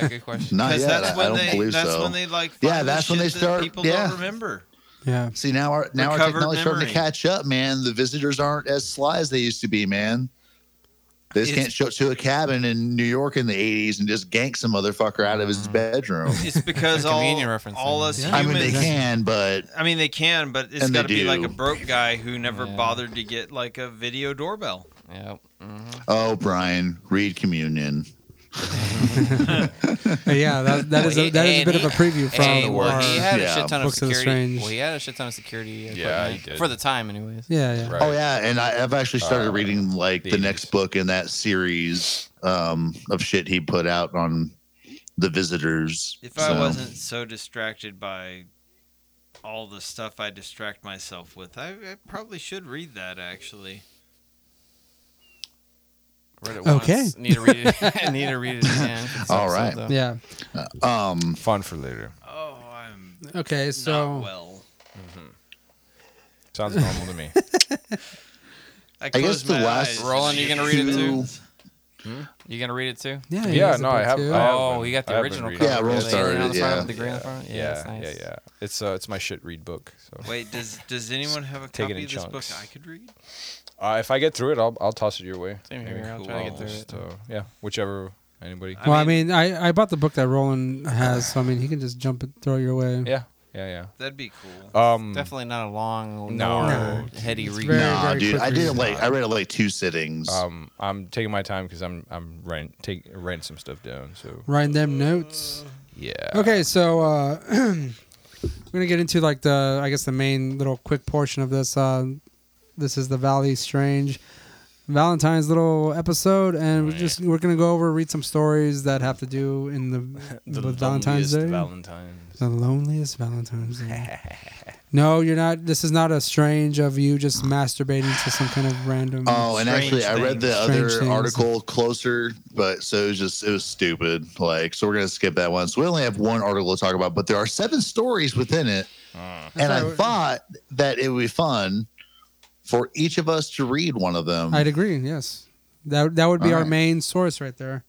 D: good question.
E: Not
C: Because
E: yet.
C: that's
E: I, I
C: when
E: don't
C: they
E: believe
C: that's
E: so.
C: when they like
E: Yeah,
C: find the
E: that's when
C: shit
E: they
C: that
E: start-
C: people
E: yeah.
C: don't remember.
B: Yeah.
E: See now our now our
C: Recovered
E: technology's starting to
C: memory.
E: catch up, man. The visitors aren't as sly as they used to be, man. They just
C: It's-
E: can't show up to a cabin in New York in the '80s and just gank some motherfucker out of
C: Mm.
E: his bedroom.
C: It's because
D: a
C: all
D: convenient reference
C: all
D: thing.
C: us
B: Yeah.
E: I
C: humans.
E: mean, they can, but
C: I mean, they can, but it's
E: And they
C: got to be like
E: do.
C: a broke guy who never
D: Yeah.
C: bothered to get like a video doorbell.
D: Yeah. hmm
E: oh, Brian, read communion.
B: yeah. That, that is a, that is a bit of a preview from
D: Hey,
B: the
D: well,
B: war.
D: he had a
E: Yeah.
D: shit ton of
B: Books of the
D: security.
B: Strange.
D: well, he had a shit ton of security. equipment
A: Yeah, he did.
D: For the time, anyways.
B: Yeah. Yeah.
A: Right.
E: Oh yeah, and I, I've actually started
A: Uh,
E: reading like the,
A: the
E: next book in that series um, of shit he put out on the visitors.
C: If I
E: So,
C: wasn't so distracted by all the stuff I distract myself with, I, I probably should read that actually.
D: Read it
B: Okay.
D: once. Need to read it. need to read it again. for this
E: All
D: episode,
E: right.
D: though.
B: Yeah.
E: um,
A: Fun for later.
C: Oh, I'm
B: Okay.
C: not
B: So.
C: well.
A: Sounds normal to me.
C: I,
E: guess
C: closed
E: the
C: my
E: last
C: eyes.
D: Roland, you gonna read
E: it too?
D: You gonna read it too?
B: Yeah. he
A: yeah,
B: has a
A: no, I
B: book
A: have.
B: too.
A: I have
D: Oh,
A: been-
D: you got the
A: I have been
D: original
A: reading
E: Yeah,
A: it.
E: Roll
D: cover. with the alien on
E: started
D: the
E: it,
D: front
E: yeah.
D: with the gray on the front. Yeah,
A: yeah,
D: that's nice.
A: yeah, yeah. It's uh, it's my shit read book. So
C: Wait, does does anyone have a
A: Take it
C: copy
A: in
C: of this book
A: chunks.
C: I could read?
A: uh, if I get through it, I'll I'll toss it your way.
D: Same
A: Maybe.
D: here. I'll try to get
C: Cool.
D: through it.
A: Just, uh, yeah, whichever anybody.
C: I
B: Well, I mean, I, I bought the book that Roland has, so I mean, he can just jump it, throw it your way.
A: Yeah, yeah,
C: That'd be cool.
A: yeah. Um,
D: Definitely not a long,
A: No.
D: no, heady
B: It's
D: read.
B: very-
E: nah,
B: very Oh,
E: dude,
B: quick
E: I did it
B: read.
E: like I read it like two sittings.
A: Um, I'm taking my time because I'm I'm writing take writing some stuff down. So
B: Writing them notes.
A: yeah.
B: Okay, so uh, we're gonna get into like the I guess the main little quick portion of this. Uh, this is the Valley Strange Valentine's little episode, and we're just we're gonna go over read some stories that have to do in the, with Valentine's Day.
A: Valentine's.
B: the loneliest Valentine's Day. no, you're not. This is not a strange of you just masturbating to some kind of random.
E: Oh, and
C: Strange
E: actually, I read the
B: things.
E: other
B: Strange things.
E: article closer, but so it was just it was stupid. Like, so we're gonna skip that one. So we only have one article to talk about, but there are seven stories within it,
B: Ah.
E: and I thought that it would be fun for each of us to read one of them.
B: I'd agree. Yes, that that would be our
E: Alright.
B: main source right there.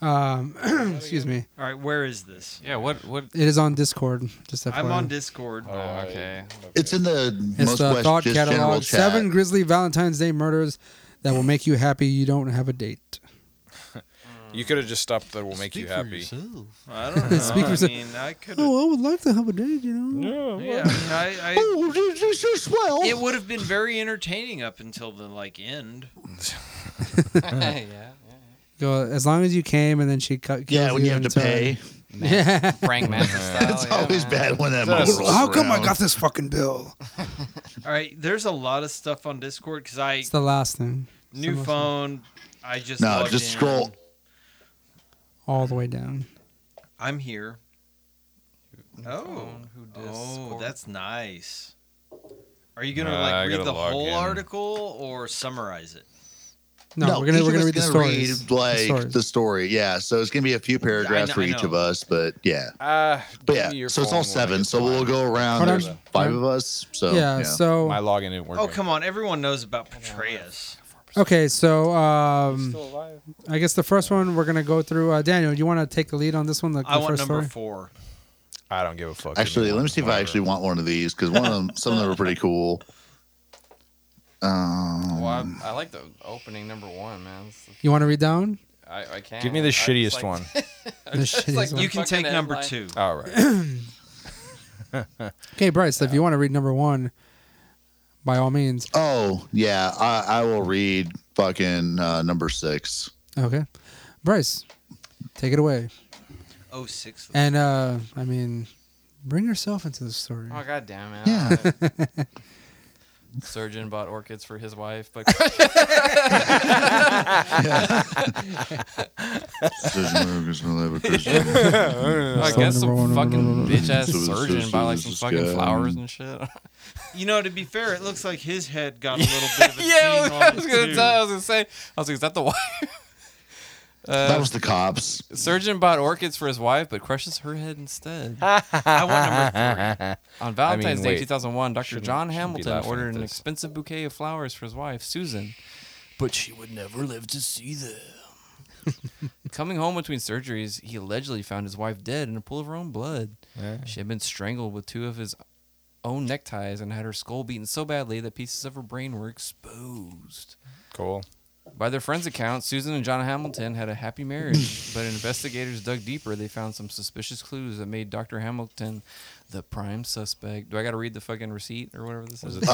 B: Um, excuse me.
C: All right, where is this?
D: Yeah, what what?
B: It is on Discord. Just FYI.
C: I'm on Discord.
A: Oh,
D: okay.
E: It's in the
B: It's
E: most
B: the
E: West
B: thought
E: just general
B: catalog.
E: chat.
B: Seven grisly Valentine's Day murders that will make you happy. You don't have a date.
A: You could have just stopped that will make you happy.
C: I don't know.
B: Speak for
C: I
B: yourself.
C: mean, I could.
B: Oh, I would like to have a date. You know.
C: Yeah, I, mean, I, I
E: Oh, this is so swell.
C: it would have been very entertaining up until the like end.
D: yeah, yeah.
B: Go as long as you came, and then she cut.
E: yeah, when you have to pay,
B: Yeah.
D: Frank Manson style.
E: it's
D: yeah,
E: always
D: man.
E: bad when that.
A: That's-
E: moment rolls around.
B: this fucking bill?
C: All right, there's a lot of stuff on Discord because I
B: It's the last thing.
C: new
B: Some of-
C: phone. I just
E: No,
C: logged
E: just
C: in.
E: scroll.
B: all the way down.
C: I'm here. Oh,
D: Phone, who dis-
C: oh,
D: sport.
C: that's nice. Are you gonna
A: Nah, I
C: like read
A: gotta
C: the
A: log
C: whole
A: in.
C: article or summarize it?
B: No, we're gonna
E: each
B: we're
E: of
B: gonna
E: us
B: read the
E: gonna
B: stories.
E: read, like the,
B: stories.
E: story. Yeah, so it's gonna be a few paragraphs
C: know-
E: for
C: I
E: each
C: know.
E: of us, but yeah,
A: Uh,
E: but
A: give
E: yeah.
A: me your
E: So it's all
A: phone when I
E: seven.
A: get
E: So we'll
A: mine.
E: go around.
B: Hold on.
E: There's five
B: Yeah.
E: of us. So
B: yeah, So
A: My login didn't work.
C: Oh, come on! Everyone knows about Petraeus.
B: okay. So um,
A: Still alive.
B: I guess the first one we're gonna go through. Uh, Daniel, you want to take the lead on this one? The,
C: I
B: the
C: want
B: first
C: number
B: story.
C: four.
A: I don't give a fuck.
E: Actually, let me see if I actually want one of these because one of them, some of them are pretty cool. Um,
D: Well, I, I like the opening number one, man. It's-
B: You want to read down?
D: I, I can't.
A: Give me the
D: I just
A: shittiest
D: like-
A: one.
D: I
B: The
D: just
B: shittiest
D: like
B: one.
D: the
C: You can
D: fucking
C: take number
D: headline.
C: two.
A: All right.
B: Okay, Bryce. If you want to read number one, by all means.
E: oh yeah, I, I will read fucking uh, number six.
B: Okay, Bryce, take it away.
C: Oh, six.
B: And uh, I mean, bring yourself into the story.
D: Oh god damn it!
E: Yeah.
D: Surgeon bought orchids for his wife, but I guess
B: number one,
D: some fucking
B: number
D: bitch ass
E: So it's
D: surgeon
E: just-
D: bought like
E: it's
D: some
E: just
D: fucking
E: guy.
D: flowers and shit.
C: You know, to be fair, it looks like his head got a little bit of a
D: yeah,
C: ding on
D: I
C: it,
D: was gonna
C: too.
D: tell. I was gonna say. I was like, is that the wife?
E: that was the cops.
D: Surgeon bought orchids for his wife, but crushes her head instead.
C: I want number three.
D: On Valentine's Day
A: wait.
D: 2001, doctor
A: Shouldn't-
D: John
A: shouldn't be
D: Hamilton
A: laughing at
D: ordered an
A: this.
D: expensive bouquet of flowers for his wife, Susan, but she would never live to see them. Coming home between surgeries, he allegedly found his wife dead in a pool of her own blood. She had been strangled with two of his own neckties and had her skull beaten so badly that pieces of her brain were exposed.
A: Cool.
D: By their friends' account, Susan and John Hamilton had a happy marriage, but investigators dug deeper. They found some suspicious clues that made Dr. Hamilton the prime suspect. Do I got to read the fucking receipt or whatever this is?
E: Uh,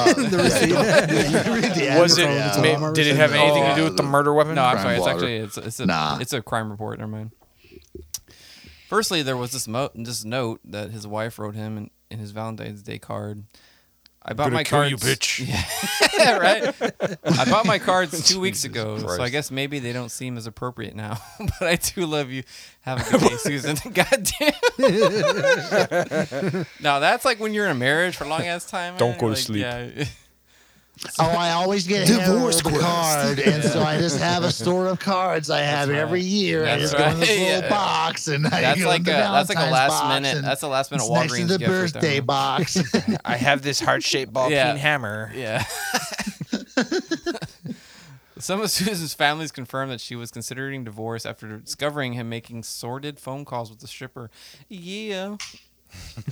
E: yeah,
A: Was it?
E: yeah.
A: ma- did it have anything to do with the murder weapon?
D: no, I'm
E: crime
D: sorry. It's
E: blotter.
D: actually it's it's a
E: Nah.
D: it's a crime report. Never mind. Firstly, there was this mo- this note that his wife wrote him in, in his Valentine's Day card. I bought
A: Gonna
D: my
A: kill
D: cards.
A: you, bitch.
D: Yeah, right. I bought my cards two weeks ago, so I
A: Christ.
D: guess maybe they don't seem as appropriate now. but I do love you. Have a good day, Susan. God damn. now that's like when you're in a marriage for a long ass time. man.
A: Don't go to
D: Like,
A: sleep.
D: Yeah.
E: Oh, I always get a divorce card, and so I just have a store of cards I have
D: right.
E: every year. I
D: That's
E: just go in this
D: right,
E: little
D: yeah.
E: box, and I
D: That's
E: go
D: like
E: in
D: a
E: the
D: that's like a
E: Valentine's
D: last
E: box,
D: minute
E: and
D: that's a last minute
E: it's next to
D: Walgreens
E: the
D: gift right
E: birthday
D: there.
E: box.
A: I have this heart-shaped ball
D: Yeah.
A: peen hammer.
D: Yeah. Some of Susan's families confirmed that she was considering divorce after discovering him making sordid phone calls with the stripper. Yeah.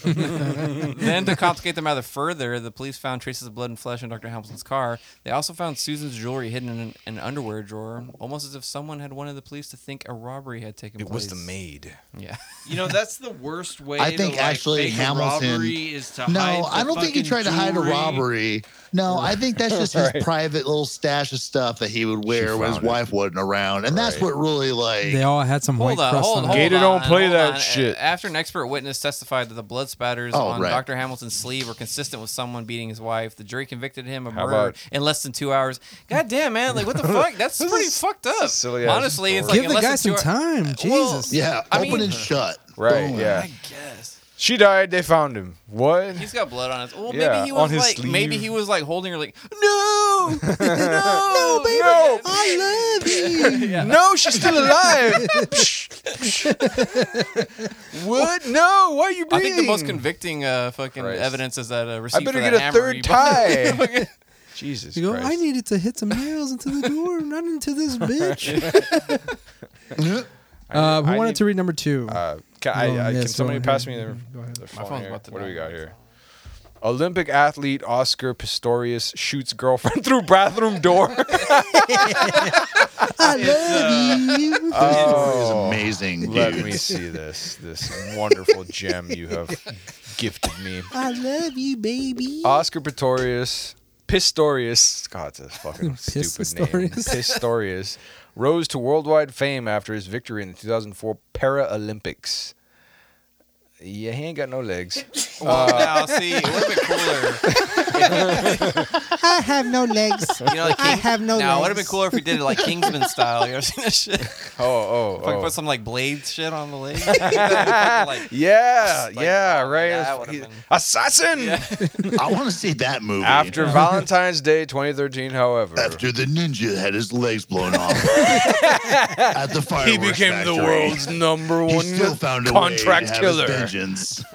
D: then, to complicate the matter further, the police found traces of blood and flesh in Dr. Hamilton's car. They also found Susan's jewelry hidden in an, an underwear drawer, almost as if someone had wanted the police to think a robbery had taken
A: It
D: place.
A: was the maid.
D: Yeah.
C: You know, that's the worst way.
E: I
C: to,
E: think
C: like,
E: actually
C: fake a
E: Hamilton-
C: robbery is to hide
E: No,
C: the
E: I don't think he
C: fucking
E: tried to hide a
C: jewelry.
E: robbery. No, I think that's just his private little stash of stuff that he would wear when his
A: found it.
E: wife wasn't around, and that's
A: Right.
E: what really like.
B: They all had some
D: Hold
B: white
D: on,
B: crust
D: hold,
B: on.
D: hold
B: it.
A: Gator
D: on,
A: don't play
D: hold
A: that
D: on.
A: shit.
D: After an expert witness testified that the blood spatters
E: Oh,
D: on
E: right.
D: Dr. Hamilton's sleeve were consistent with someone beating his wife, the jury convicted him of
A: How
D: murder
A: about-
D: in less than two hours. God damn, man! Like, what the fuck? That's pretty fucked up.
A: silly-ass
D: Honestly, it's
A: story.
B: Give
D: like in
B: the
D: less
B: guy
D: than
B: some
D: two hours-
B: time.
D: well,
B: Jesus.
E: yeah,
D: I
E: open
D: mean-
E: and shut.
A: Right.
E: Boom.
A: Yeah.
D: I guess
A: She died. They found him. What?
D: he's got blood on his. Well,
A: Yeah,
D: maybe he
A: on
D: was
A: his
D: like, maybe
A: sleeve.
D: he was like holding her, like, no, no, no,
A: baby,
D: I love you.
A: No, Oh, she's still alive. what? No. Why are you
D: I
A: breathing?
D: think the most convicting uh, fucking
A: Christ.
D: evidence is that uh,
A: I
D: receipt
A: better
D: for that
A: get a
D: hammer he
A: third
D: bought.
A: tie. Jesus
B: You go.
A: Christ.
B: I needed to hit some nails into the door, not into this bitch. uh, who
A: I
B: wanted
A: need-
B: to read number two?
A: Uh, can,
B: Go on,
A: I, I,
B: yes,
A: can
B: go
A: somebody
B: ahead.
A: pass me the,
B: Go ahead.
A: the
D: My
A: phone
D: phone's
A: here?
D: about to
A: What do we
D: die.
A: got here? Olympic athlete Oscar Pistorius shoots girlfriend through bathroom door.
B: I
D: uh,
B: love you.
E: It's
A: oh,
E: amazing, dude.
A: let me see this this wonderful gem you have gifted me.
B: I love you, baby.
D: uh,
A: Oscar Pistorius, Pistorius, God, it's a fucking
B: Piss
A: stupid name.
B: Pistorius.
A: Pistorius rose to worldwide fame after his victory in the 2004 Paralympics. Yeah, he ain't got no legs. Uh,
D: Well, now see, a little bit cooler.
B: I have no legs.
D: You know, like
B: I
D: King-
B: have no
D: Now, it would have been
B: legs.
D: cooler if we did it like Kingsman style. You ever seen that shit? If
A: Oh, oh,
D: I could
A: oh.
D: put some like blade shit on the leg. like,
A: yeah,
D: like,
A: yeah,
D: oh,
A: right.
D: that
A: It's-
D: would've
A: he-
D: been-
A: Assassin.
E: I want to see that movie.
A: After Valentine's Day 2013, however,
E: After the ninja had his legs blown off at the fireworks
A: he became the
E: factory,
A: world's number
E: he
A: one
E: still found a
A: contract
E: way to
A: killer.
E: Have his vengeance.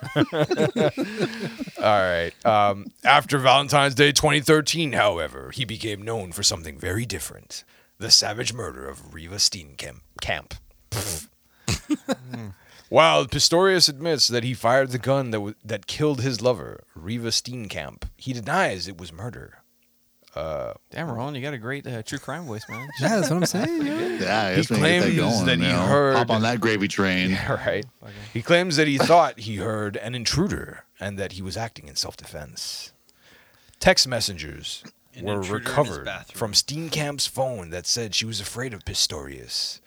A: All right. Um, after Valentine's Day 2013, however, he became known for something very different the savage murder of Riva Steenkamp. Camp. Pfft. While Pistorius admits that he fired the gun that, w- that killed his lover, Riva Steenkamp, he denies it was murder.
D: Damn, Roland, you got a great uh, true crime voice, man.
B: Yeah, that's what I'm saying. yeah.
E: Yeah, I guess
A: He
E: we can get that
A: claims
E: going.
A: that he
E: you know?
A: heard-
E: Hop on that gravy train.
A: All right. He claims that he thought he heard an intruder and that he was acting in self defense. Text messengers
C: An
A: were
C: intruder in his
A: recovered
C: bathroom.
A: from Steenkamp's phone that said she was afraid of Pistorius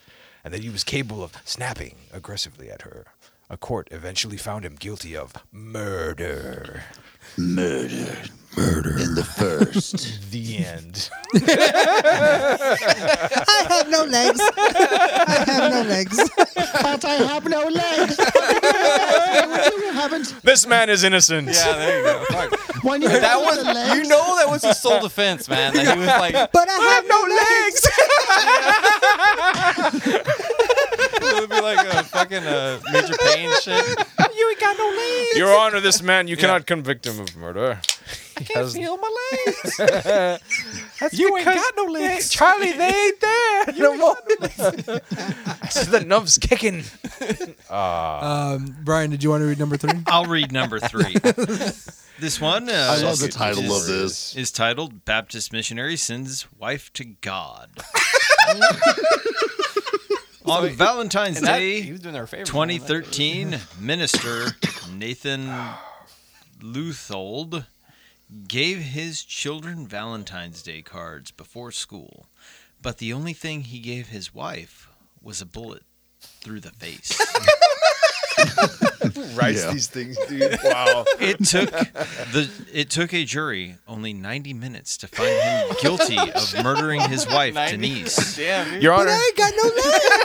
A: and that he was capable of snapping aggressively at her. A court eventually found him guilty of murder.
E: Murdered. Murder. In the first.
A: The end.
B: I have no legs. I have no legs.
E: but I have no legs. you haven't.
A: this man is innocent.
D: Yeah, there you go.
E: When you
D: That was, you know, that was his sole defense, man. That he was like,
B: But I have no legs.
D: it would be like a fucking uh, major pain shit.
B: You ain't got no legs.
A: Your Honor, this man, you cannot convict him of murder.
D: I
A: can't Has- feel
D: my legs.
A: you ain't
D: got no legs.
A: Charlie, they ain't there no more. the nub's kicking.
B: Um, Brian, did you want to read number three?
C: I'll read number three. this one uh,
E: I love the
C: is-
E: title of this.
C: is titled "Baptist Missionary Sends Wife to God." On Valentine's
D: And that-
C: Day,
D: he was doing their favor.
C: 2013 minister Nathan Luthold gave his children Valentine's Day cards before school, but the only thing he gave his wife was a bullet through the face.
A: writes
E: Yeah.
A: these things, dude. Wow.
C: it took the it took a jury only 90 minutes to find him guilty of murdering his wife
D: 90.
C: Denise.
D: Damn, dude.
A: Your
B: But
A: Honor,
B: I ain't got no legs.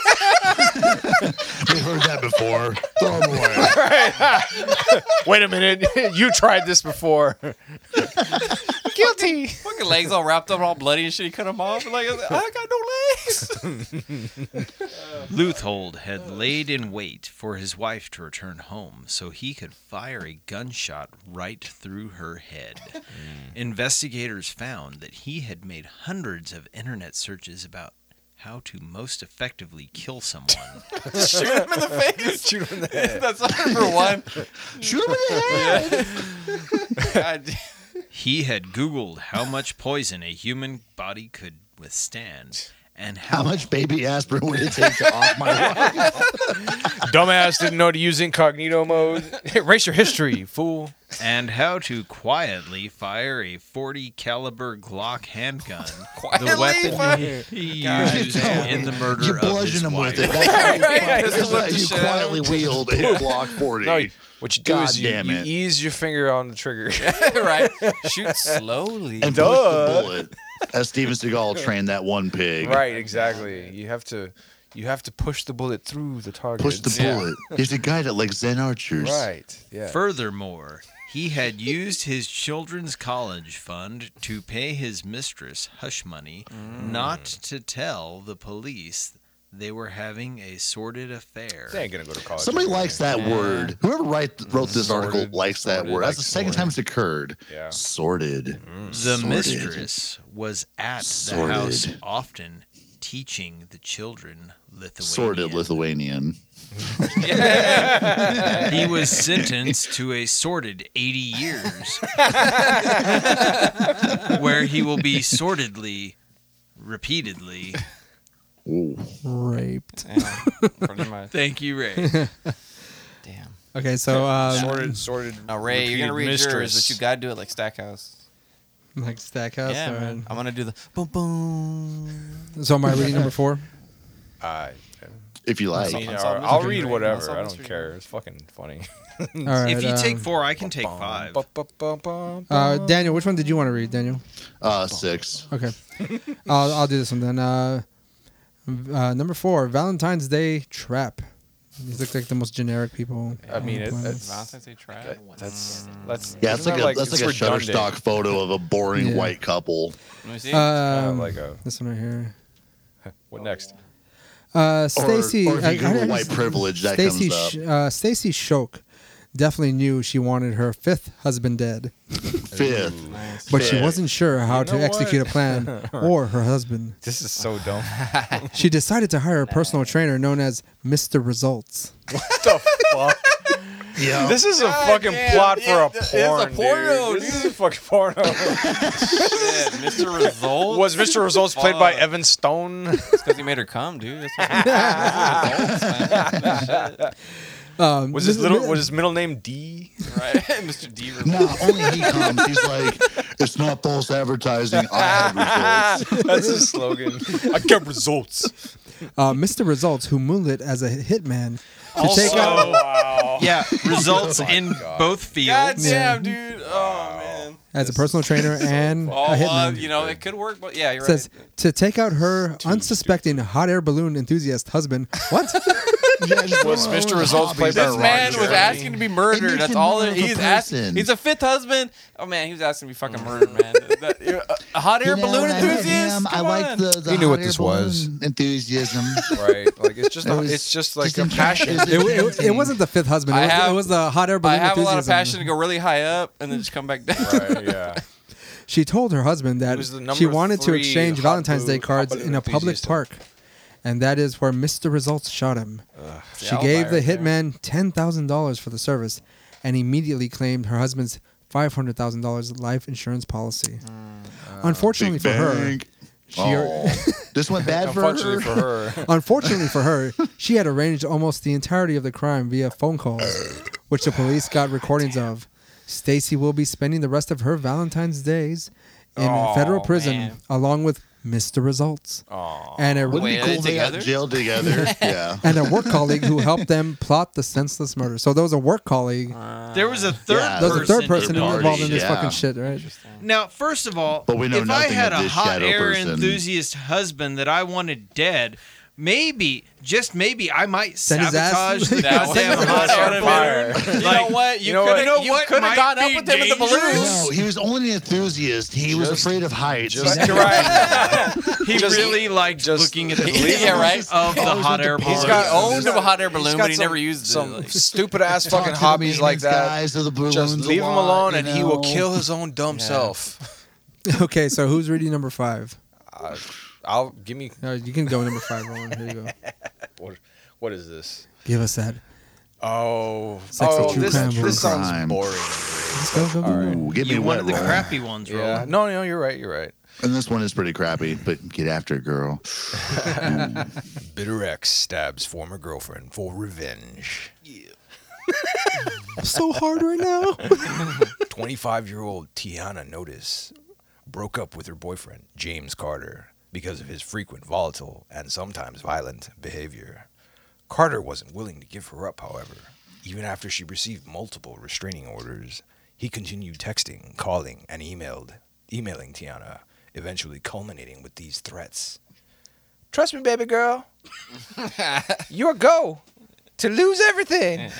E: We heard that before. Throw them away.
A: wait a minute. you tried this before. Guilty.
D: fucking legs all wrapped up, all bloody and shit. He cut them off. Like, I got no legs.
C: Luthold had laid in wait for his wife to return home so he could fire a gunshot right through her head.
E: Mm.
C: Investigators found that he had made hundreds of internet searches about how to most effectively kill someone.
D: Shoot him in the face. Shoot him in the head. That's number one.
E: Shoot him in the head.
D: God, damn.
C: he had Googled how much poison a human body could withstand and how,
E: How much baby aspirin would it take to off my wife?
A: Dumbass didn't know to use incognito mode. Erase your history, fool.
C: and how to quietly fire a 40 caliber Glock handgun, the weapon he used in the murder
E: You
C: of his
E: bludgeon him
C: wife.
E: with it. That's
D: Just
E: that's
D: whip
E: how
D: the
E: you
D: shit out of
E: quietly wield a block 40.
A: No, you- what you do
E: God
A: is you,
E: damn
A: you
E: it.
A: ease your finger on the trigger.
D: right? Shoot slowly.
E: and push
A: Duh.
E: the bullet. As Steven Seagal trained that one pig.
A: right, exactly. You have to you have to push the bullet through the target.
E: Push the
D: Yeah.
E: bullet. He's a guy that likes Zen archers.
A: Right. Yeah.
C: Furthermore, he had used his children's college fund to pay his mistress hush money
E: Mm.
C: not to tell the police they were having a sordid affair.
A: They ain't gonna go to college.
E: Somebody
A: anyway.
E: likes that
D: Yeah.
E: word. Whoever write, wrote this
A: Oh, Sorted.
E: article likes that
A: Sorted,
E: word. That's
A: like
E: the second
A: sorted.
E: time it's occurred.
A: Yeah. Mm.
E: Sorted.
C: The
E: Sordid.
C: mistress was at
E: Sordid.
C: the house often teaching the children Lithuanian.
E: Sorted Lithuanian.
C: He was sentenced to a sordid 80 years, where he will be sordidly, repeatedly.
E: Ooh.
B: Raped.
D: Yeah, pretty much.
C: Thank you, Ray.
D: Damn.
B: Okay, so um,
A: sorted sorted.
D: Now, Ray, you're gonna read yours,
A: mistress.
D: but you gotta do it like Stackhouse.
B: like Stackhouse. uh,
D: yeah,
B: all
D: man. I'm gonna do the boom boom.
B: right. So am I reading number four?
A: Uh,
E: if you like.
A: I mean,
D: Unsolved
A: or-
D: mystery,
A: I'll read
D: right?
A: whatever.
D: Unsolved
A: I don't
D: mystery.
A: care. It's fucking funny.
B: All right.
C: if you
B: uh,
C: take four, I can take five.
A: Bum, bum, bum, bum, bum.
B: uh, Daniel, which one did you want to read, Daniel?
E: Uh, six.
B: Okay. I'll, I'll do this one then. Uh, uh, number four, Valentine's Day trap. These look like the most generic people.
A: I mean,
B: on the
A: it-
B: planet.
A: it's-
D: Valentine's Day trap.
A: That- that's that's
E: Yeah, it's
A: isn't
E: like a
A: that
E: that's like a
A: it's redundant.
E: Shutterstock photo of a boring
B: Yeah.
E: white couple.
D: Let me see.
A: Kinda
B: um,
A: Uh, like a
B: this one right here.
A: what next?
B: Uh,
E: Or,
B: Stacy.
E: or if
B: I-
E: you
B: I-
E: Google
B: I
E: white
B: just-
E: privilege, that
B: Stacy
E: comes up.
B: Sh- uh, Stacy Shoke definitely knew she wanted her fifth husband dead,
E: Fifth.
D: nice.
B: but she
E: Shit.
B: wasn't sure how
A: You
B: to
A: know what?
B: execute a plan or her husband.
A: This is so dumb.
B: She decided to hire a personal trainer known as Mr. Results.
A: what the fuck?
E: Yeah.
A: This is a fucking
D: damn,
A: plot
D: it-
A: for a porn.
D: it's a porno,
A: dude. This is a fucking porno.
D: Shit, Mr. Result.
A: Was Mr. Results played by
D: Fuck.
A: Evan Stone?
D: because he made her come, dude. That's what-
B: Um,
A: Was his
B: Mrs.
A: little
B: Mi-
A: was his middle name D?
D: right, Mr. D. Result.
E: No, only he comes. He's like, it's not false advertising. I have results.
A: That's his slogan. I get results.
B: uh, Mr. Results, who moonlit as a hitman to take out.
D: Also-
A: wow.
C: Yeah, results in both
D: God
C: fields.
D: damn, dude. Oh man.
B: as a personal trainer and
D: Well,
B: a
D: uh,
B: hitman.
D: you know, it could work, but yeah, you're
B: says
D: right.
B: to take out her unsuspecting hot air balloon enthusiast husband. What?
E: Yeah, just
A: Was
E: one of
A: Mr.
E: those
A: Results
E: hobbies
A: played by
E: that
D: This
A: Ron
D: man was
A: Jeremy.
D: asking to be murdered.
E: makes
D: That's
E: him
D: all
E: more
D: it,
E: of a
D: he's asking.
E: person.
D: He's a fifth husband. Oh man, he was asking to be fucking murdered, man. That- that- a hot air
E: You know,
D: balloon
E: when I met
D: enthusiast.
E: him, I
D: Come
E: like
D: on.
E: the, the
A: He knew
E: hot
A: what
E: air
A: this was.
E: balloon enthusiasm.
A: Right. Like it's just
E: It
A: a,
E: was
A: it's just like
E: just
A: a
E: intense.
A: passion.
E: It
B: it, it, it wasn't the fifth husband. It
D: I
B: was,
D: have-
B: it was the hot air balloon
D: I have a lot of
B: enthusiasm.
D: passion to go really high up and then just come back down.
A: Right, yeah.
B: She told her husband
A: It was the
B: that
A: number
B: she wanted to
A: three
B: exchange
A: hot
B: Valentine's Day
A: balloon- hot
B: cards
A: balloon
B: in a public
A: enthusiast.
B: park, and that is where Mr. Results shot him.
D: See,
B: she
D: I'll
B: gave
D: buy
B: the
D: her there.
B: hitman $10,000 for the service and immediately claimed her husband's $500,000 life insurance policy. Unfortunately
E: Big
B: for her,
E: bang.
B: she,
E: Aw. this went bad for her.
A: Unfortunately for her.
B: Unfortunately for her, she had arranged almost the entirety of the crime via phone calls, which the police got recordings of. Stacy will be spending the rest of her Valentine's days in
A: Aw,
B: federal prison
D: man.
B: along with Mr. Results
A: Aw.
B: and a
E: Wouldn't
D: Wait,
E: it
D: are
E: be cool
D: they
E: if they got
D: together?
E: jailed together? yeah.
B: and a work colleague who helped them plot the senseless murder. So there was a work colleague,
C: There was a third
E: Yeah,
B: there was
C: person.
B: a third person
E: involved.
B: involved in this
E: Yeah.
B: fucking shit, right?
C: Now, first of all,
E: But we know
C: if I
E: nothing
C: had
E: of
C: a
E: this
C: hot
E: shadow
C: air
E: person.
C: enthusiast husband that I wanted dead, maybe, just maybe, I might
B: Send his ass-
C: sabotage the
B: Send
D: That
B: his
C: goddamn
B: ass
C: hot
A: on
C: air
A: fire.
C: balloon.
D: You know
C: Like,
D: what?
A: You
D: You,
A: know
D: could
A: what-
C: you
D: have
C: know what might
D: gone up
C: be
D: with him in the balloon.
E: No, he was only an enthusiast. He was
A: Just-
E: afraid of heights.
A: Just
E: He's
A: you're right.
C: He
A: Just-
C: really liked
A: just-
C: looking at the
A: Yeah,
C: yeah,
D: right.
C: of the
E: Always
C: hot
E: went to
C: air
E: parties.
C: balloon.
D: He's got
A: Oh,
D: owned of a hot air
A: He's
D: balloon,
A: got
D: but he
A: some-
D: never used it.
A: some
D: Like,
A: stupid ass
E: talked
A: fucking
E: to the
A: hobbies like
E: maintenance
A: that.
E: Guys of the
A: Just
E: balloons a
A: leave him
E: lot,
A: alone,
E: you
A: and he will
E: know.
A: kill his own dumb
D: Yeah.
A: self.
B: Okay, so who's reading number five?
A: I'll give me
B: No, you can go number five, Roland. Here you go.
A: what, what is this?
B: Give us that.
A: Oh,
B: Sexy
A: oh,
B: true
A: this,
B: crime,
A: this
E: true
A: sounds
E: crime.
A: boring.
B: Let's go, go, go. go.
E: Ooh, give me
C: You
E: one
C: wanted the crappy ones,
A: Yeah,
C: Roland.
A: no, no, you're right, you're right.
E: And this one is pretty crappy, but get after it, girl.
A: Bitter ex stabs former girlfriend for revenge.
B: I'm so hard right now.
A: 25 year old Tiana Notice broke up with her boyfriend, James Carter, because of his frequent volatile and sometimes violent behavior. Carter wasn't willing to give her up, however. Even after she received multiple restraining orders, he continued texting, calling, and emailed, emailing Tiana, eventually culminating with these threats. Trust me, baby girl. You're go to lose everything.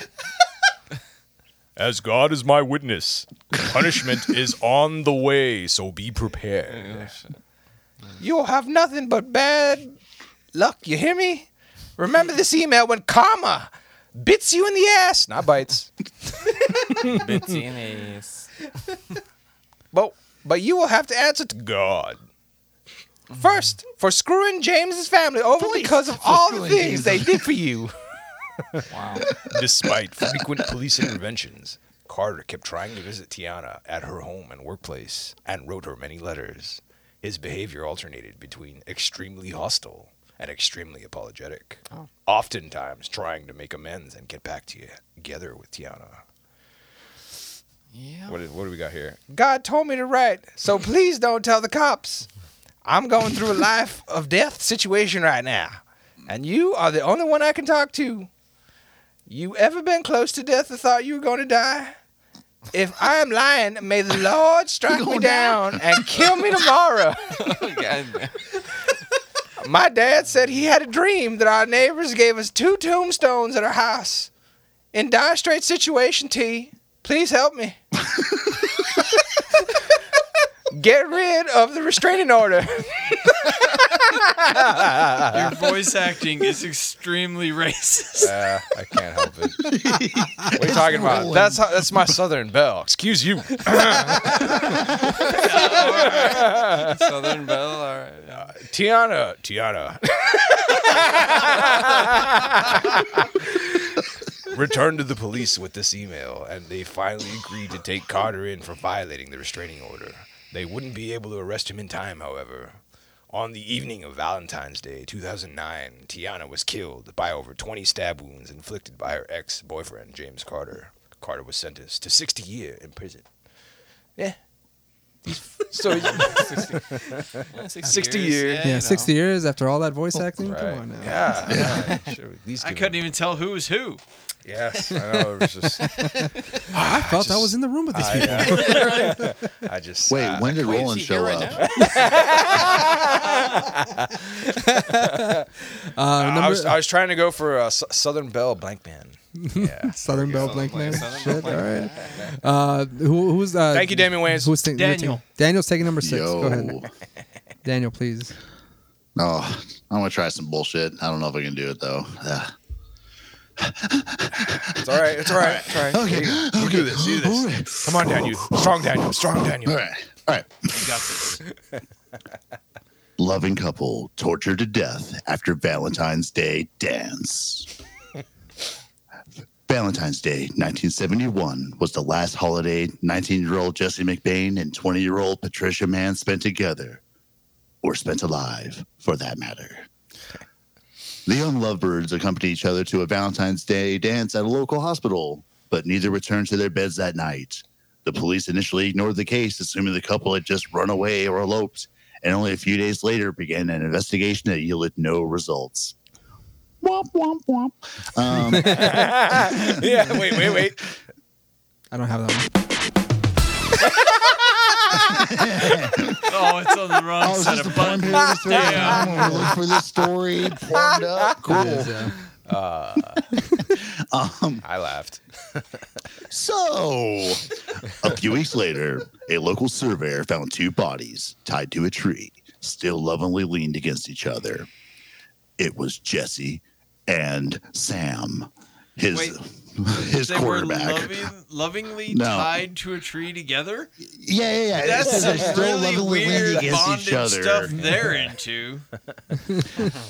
A: As God is my witness, punishment is on the way, so be prepared. You'll have nothing but bad luck, you hear me? Remember this email when karma bits you in the ass, not bites.
D: bitsy and ace.
A: But but you will have to answer to God. First, for screwing James's family over because of all the things they did for you.
D: Wow.
A: Despite frequent police interventions, Carter kept trying to visit Tiana at her home and workplace and wrote her many letters. His behavior alternated between extremely hostile and extremely apologetic, oftentimes trying to make amends and get back to you together with Tiana.
D: Yeah.
A: What, is, what do we got here? God told me to write, so please don't tell the cops. I'm going through a life of death situation right now. And you are the only one I can talk to. You ever been close to death or thought you were going to die? If I am lying, may the Lord strike me down and kill me tomorrow.
D: God,
A: My dad said he had a dream that our neighbors gave us two tombstones at our house. In dire straits situation, T, please help me. Get rid of the restraining order.
C: Your voice acting is extremely racist.
A: Uh, I can't help it. What are you talking about? That's how, that's my Southern belle. Excuse you.
D: Southern Belle. All right.
A: Tiana, Tiana. Returned to the police with this email, and they finally agreed to take Carter in for violating the restraining order. They wouldn't be able to arrest him in time, however. On the evening of Valentine's Day, 2009, Tiana was killed by over 20 stab wounds inflicted by her ex boyfriend, James Carter. Carter was sentenced to 60 years in prison. Eh. Yeah. So,
D: Yeah, 60,
A: 60 years.
B: Yeah,
C: you know.
B: 60 years after all that voice acting. Come on now.
A: Yeah. yeah. Sure, at least
C: I
A: give
C: couldn't
A: him-
C: even tell who was who.
A: Yes, I know. It was just,
B: I felt I was in the room with these people.
A: I just.
E: Wait,
A: uh,
E: when did
D: Wait, is
E: Roland
D: he here
E: show
D: right
E: up?
D: now?
B: Uh,
A: I,
B: number-
A: was, I was trying to go for a S- Southern Belle Blank Man. Yeah.
B: Southern Belle blank name.
D: Belle Blank, Southern
B: Shit, all
D: Belle
B: right. Uh, who, who's uh,
A: Thank you, Damien Wayans.
B: Who's taking
C: Daniel.
B: you're taking- Daniel's taking number six. Go
E: Yo.
B: ahead, Daniel, please.
E: Oh, I'm gonna try some bullshit. I don't know if I can do it though. Ugh.
A: It's all right. It's all right. It's all right.
E: Okay,
A: You
E: okay.
A: do this. You do
E: All
A: this.
E: right.
A: Come on, Daniel.
B: Oh.
A: Strong Daniel. Strong Daniel.
E: All right. All right.
C: You got this.
E: Loving couple tortured to death after Valentine's Day dance. Valentine's Day 1971 was the last holiday 19 year old Jesse McBain and 20 year old Patricia Mann spent together, or spent alive for that matter. The young lovebirds accompanied each other to a Valentine's Day dance at a local hospital, but neither returned to their beds that night. The police initially ignored the case, assuming the couple had just run away or eloped, and only a few days later began an investigation that yielded no results. Womp, womp, womp. Um,
A: yeah. Wait. Wait. Wait.
B: I don't have that one.
C: Oh, it's on the wrong
E: Oh, is
C: side
E: this the
C: of
E: porn
C: button.
E: period this right
C: Damn.
E: now when we look for this story porned up?
B: Ah.
E: Cool.
A: Uh,
E: Um,
A: I laughed.
E: so, a few weeks later, a local surveyor found two bodies tied to a tree, still lovingly leaned against each other. It was Jesse and Sam, his
C: Wait,
E: his
C: They were
E: quarterback.
C: loving, lovingly
E: No.
C: tied to a tree together.
E: Yeah, yeah, yeah.
C: That's
E: It says
C: some
E: they're
C: really weird bondage stuff they're into.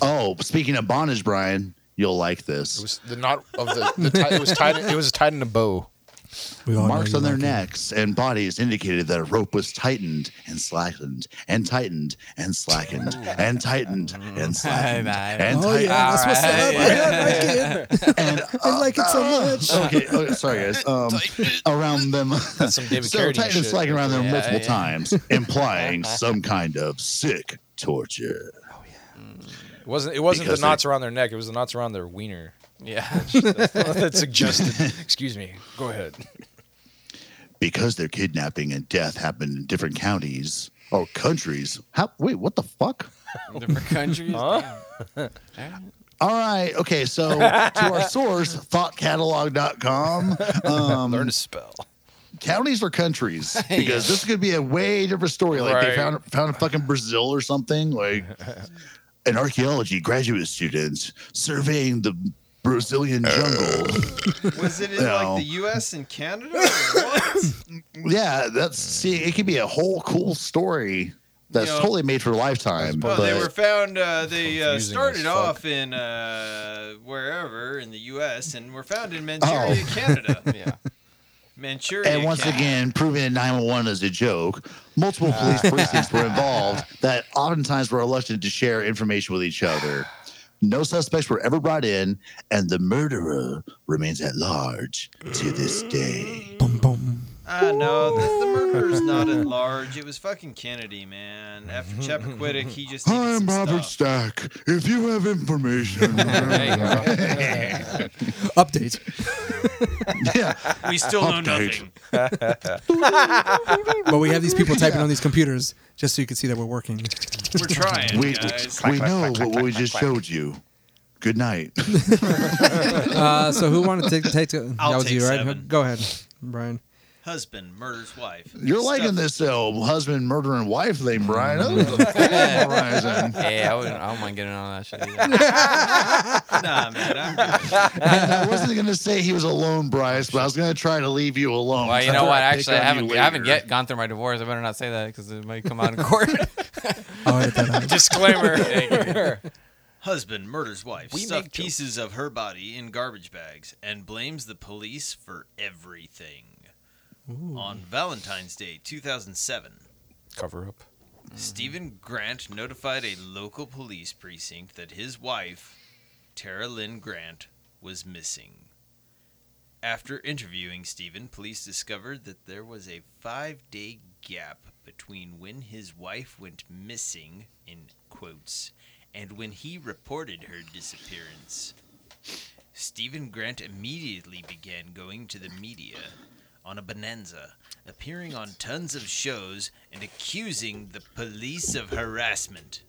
E: Oh, speaking of bondage, Brian, you'll like this.
F: It was the knot of the, the tie, it was tied it was tied in a bow.
B: We all know Oh,
E: Marks
B: you
E: on their
B: like it.
E: necks and bodies indicated that a rope was tightened and slackened and tightened and slackened and tightened and slackened
D: Aye, aye.
E: and
B: Oh
E: tightened.
B: yeah, that's what's up.
D: Alright.
B: I like it.
E: And,
B: I like it so much.
E: okay, okay, sorry guys. Um, around them,
F: Some David
E: so
F: Carradine
E: tightened and
F: shit.
E: slackened around them
D: Yeah,
E: multiple
D: yeah.
E: times, implying some kind of sick torture.
A: It wasn't. It wasn't
E: Because
A: the knots around their neck. It was the knots around their wiener.
D: Yeah.
A: that suggested. Excuse me. Go ahead.
E: because their kidnapping and death happened in different counties or countries. How? Wait, what the fuck?
D: Different countries.
A: Huh?
E: All right, okay. So to our source, thoughtcatalog.com. Um,
A: Learn to spell.
E: counties or countries? Because this could be a way different story. Like they
A: Right.
E: found found in fucking Brazil or something. Like an archaeology graduate student surveying the
C: Uh.
E: Brazilian jungle.
C: Was it in
E: No.
C: like the U.S. and Canada? Or what?
E: yeah, that's see. It could be a whole cool story. That's
C: You know,
E: totally made for a lifetime.
C: Well,
E: but
C: they were found. Uh, they uh,
A: Confusing as
C: started
A: fuck.
C: off in uh, wherever in the U.S. and were found in Manchuria, Canada.
D: Yeah.
C: Manchuria.
E: Oh. And once
C: Canada.
E: again, proving that 911 is a joke, multiple police precincts were involved that oftentimes were reluctant to share information with each other. No suspects were ever brought in, and the murderer remains at large to this day.
B: Boom, boom.
C: I know the, the murderer's not at large. It was fucking Kennedy, man. After Chappaquiddick, he just needed
E: I'm
C: some
E: Robert
C: stuff.
E: Stack. If you have information, uh,
D: There you go.
B: Update.
G: We still know nothing.
B: But we have these people typing on these computers just so you can see that we're working.
G: We're trying,
E: we,
G: guys.
E: we know what we just showed you. Good night.
B: Uh, so who wanted to take? take
C: I'll
B: that was
C: take
B: you, right?
C: seven.
B: Go ahead, Brian.
C: Husband murders wife.
E: You're liking
C: Stuff.
E: this uh, husband murdering wife thing, Brian. That was a polarizing.
D: Yeah, I, wouldn't, I don't mind getting on that shit. Either.
C: Nah, man. I'm good.
E: I wasn't gonna say he was alone, Bryce, but I was gonna try to leave you alone.
D: Well, you know
E: After
D: what?
E: pick
D: Actually, I
E: on
D: haven't.
E: you
D: I haven't
E: later.
D: yet gone through my divorce. I better not say that because it might come out in court.
B: I'll edit that out.
A: Disclaimer.
C: Husband murders wife.
A: We
C: stuffed
A: make jokes.
C: pieces of her body in garbage bags and blames the police for everything. On Valentine's Day 2007,
A: Cover up.
C: Stephen Grant notified a local police precinct that his wife, Tara Lynn Grant, was missing. After interviewing Stephen, police discovered that there was a five day gap between when his wife went missing, in quotes, and when he reported her disappearance. Stephen Grant immediately began going to the media on a bonanza, appearing on tons of shows and accusing the police of harassment.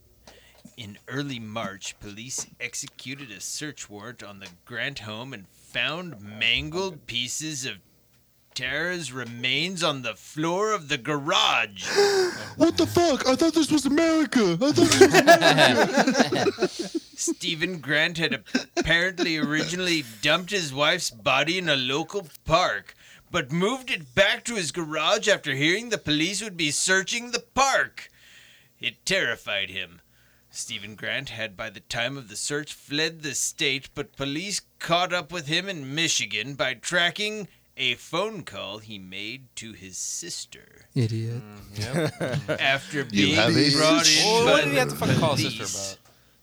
C: In early March, police executed a search warrant on the Grant home and found mangled pieces of Tara's remains on the floor of the garage.
E: What the fuck? I thought this was America. I thought this was
C: Stephen Grant had apparently originally dumped his wife's body in a local park, but moved it back to his garage after hearing the police would be searching the park. It terrified him. Stephen Grant had, by the time of the search, fled the state, but police caught up with him in Michigan by tracking a phone call he made to his sister
B: Idiot.
C: after being
E: have a
C: brought
E: sister?
C: in
D: Well,
C: by
D: what did he have to
C: the
D: fucking call his
C: police.
D: sister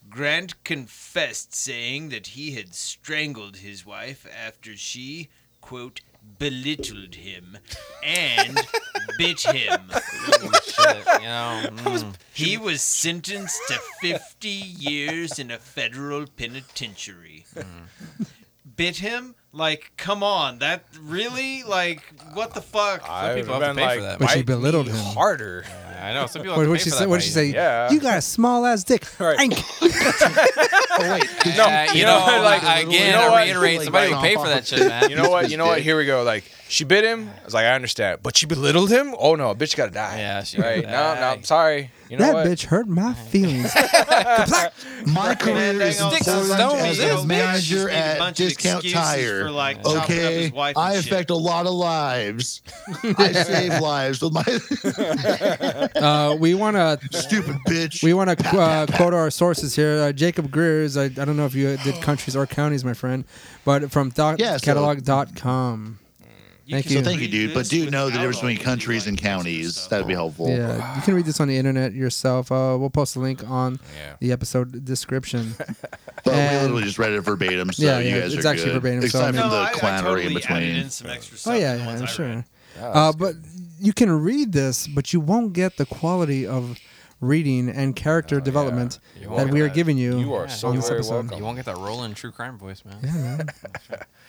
D: about?
C: Grant confessed, saying that he had strangled his wife after she, quote, belittled him and bit him.
D: Shit, you know. mm.
C: He was sentenced to 50 years in a federal penitentiary.
D: Mm-hmm.
C: Bit him? Like, come on, that really? Like, what the fuck?
A: I
D: people
A: would've been
D: have to pay for that.
B: But she
A: "Bite
B: belittled
A: me
B: him."
A: harder.
D: I know. Some people.
B: What did
D: have to pay
B: she
D: for
B: say?
D: that
B: What did she
D: bite.
B: say?
A: Yeah.
B: You got a small ass dick.
A: Right.
B: Ank.
D: No, you know, like again,
A: you know
D: I
A: what?
D: reiterate, somebody would pay for that shit, man.
A: You know what? You know what? Here we go. Like she bit him. I was like, I understand, but she belittled him. Oh no, bitch, gotta die.
D: Yeah, she
A: right.
D: gotta
A: No, no,
D: die.
A: I'm sorry. You know
B: that
A: what?
B: bitch hurt my feelings.
E: My career
C: hang
E: is
C: on.
D: Sticks and
E: important
D: stones,
E: as
D: this
E: a
D: bitch.
E: manager
C: Just made a
E: at
C: bunch of
E: Discount
C: excuses
E: Tire.
C: for, like, chopping up
E: okay,
C: his wife and
E: I
C: shit.
E: affect a lot of lives. I save lives with my
B: Uh, we want to.
E: stupid bitch.
B: We want to uh, quote our sources here. Uh, Jacob Greer's. I, I don't know if you did countries or counties, my friend, but from dot
E: Yeah, so-
B: catalog.com. Thank
C: can
B: you.
E: so thank you,
C: read
E: dude. But
C: this
E: do know the
C: without
E: difference
C: all
E: between
C: the,
E: countries
C: like,
E: and
C: extra
E: counties.
C: stuff.
E: That'd be helpful.
B: Yeah, you can read this on the internet yourself. Uh, we'll post a link on
A: Yeah.
B: the episode description.
E: But we
B: And-
E: literally just read it verbatim, so
B: Yeah,
E: you
B: yeah,
E: guys
B: it's
E: are
B: actually
E: good.
B: verbatim, so I
E: Except
B: mean-
E: for
C: No,
E: the
C: I- I
E: quannery
C: totally
E: in
C: added
E: between.
C: in some extra
B: oh
C: stuff
B: yeah,
C: for the
B: yeah,
C: ones
B: I'm
C: I read.
B: sure. Uh, but you can read this, but you won't get the quality of reading and character development
D: You won't
B: that
D: get
B: we are
D: that.
B: giving you.
A: You are so
B: on this
A: very
B: episode.
A: welcome.
D: You won't get that rolling true crime voice, man.
B: Yeah, man.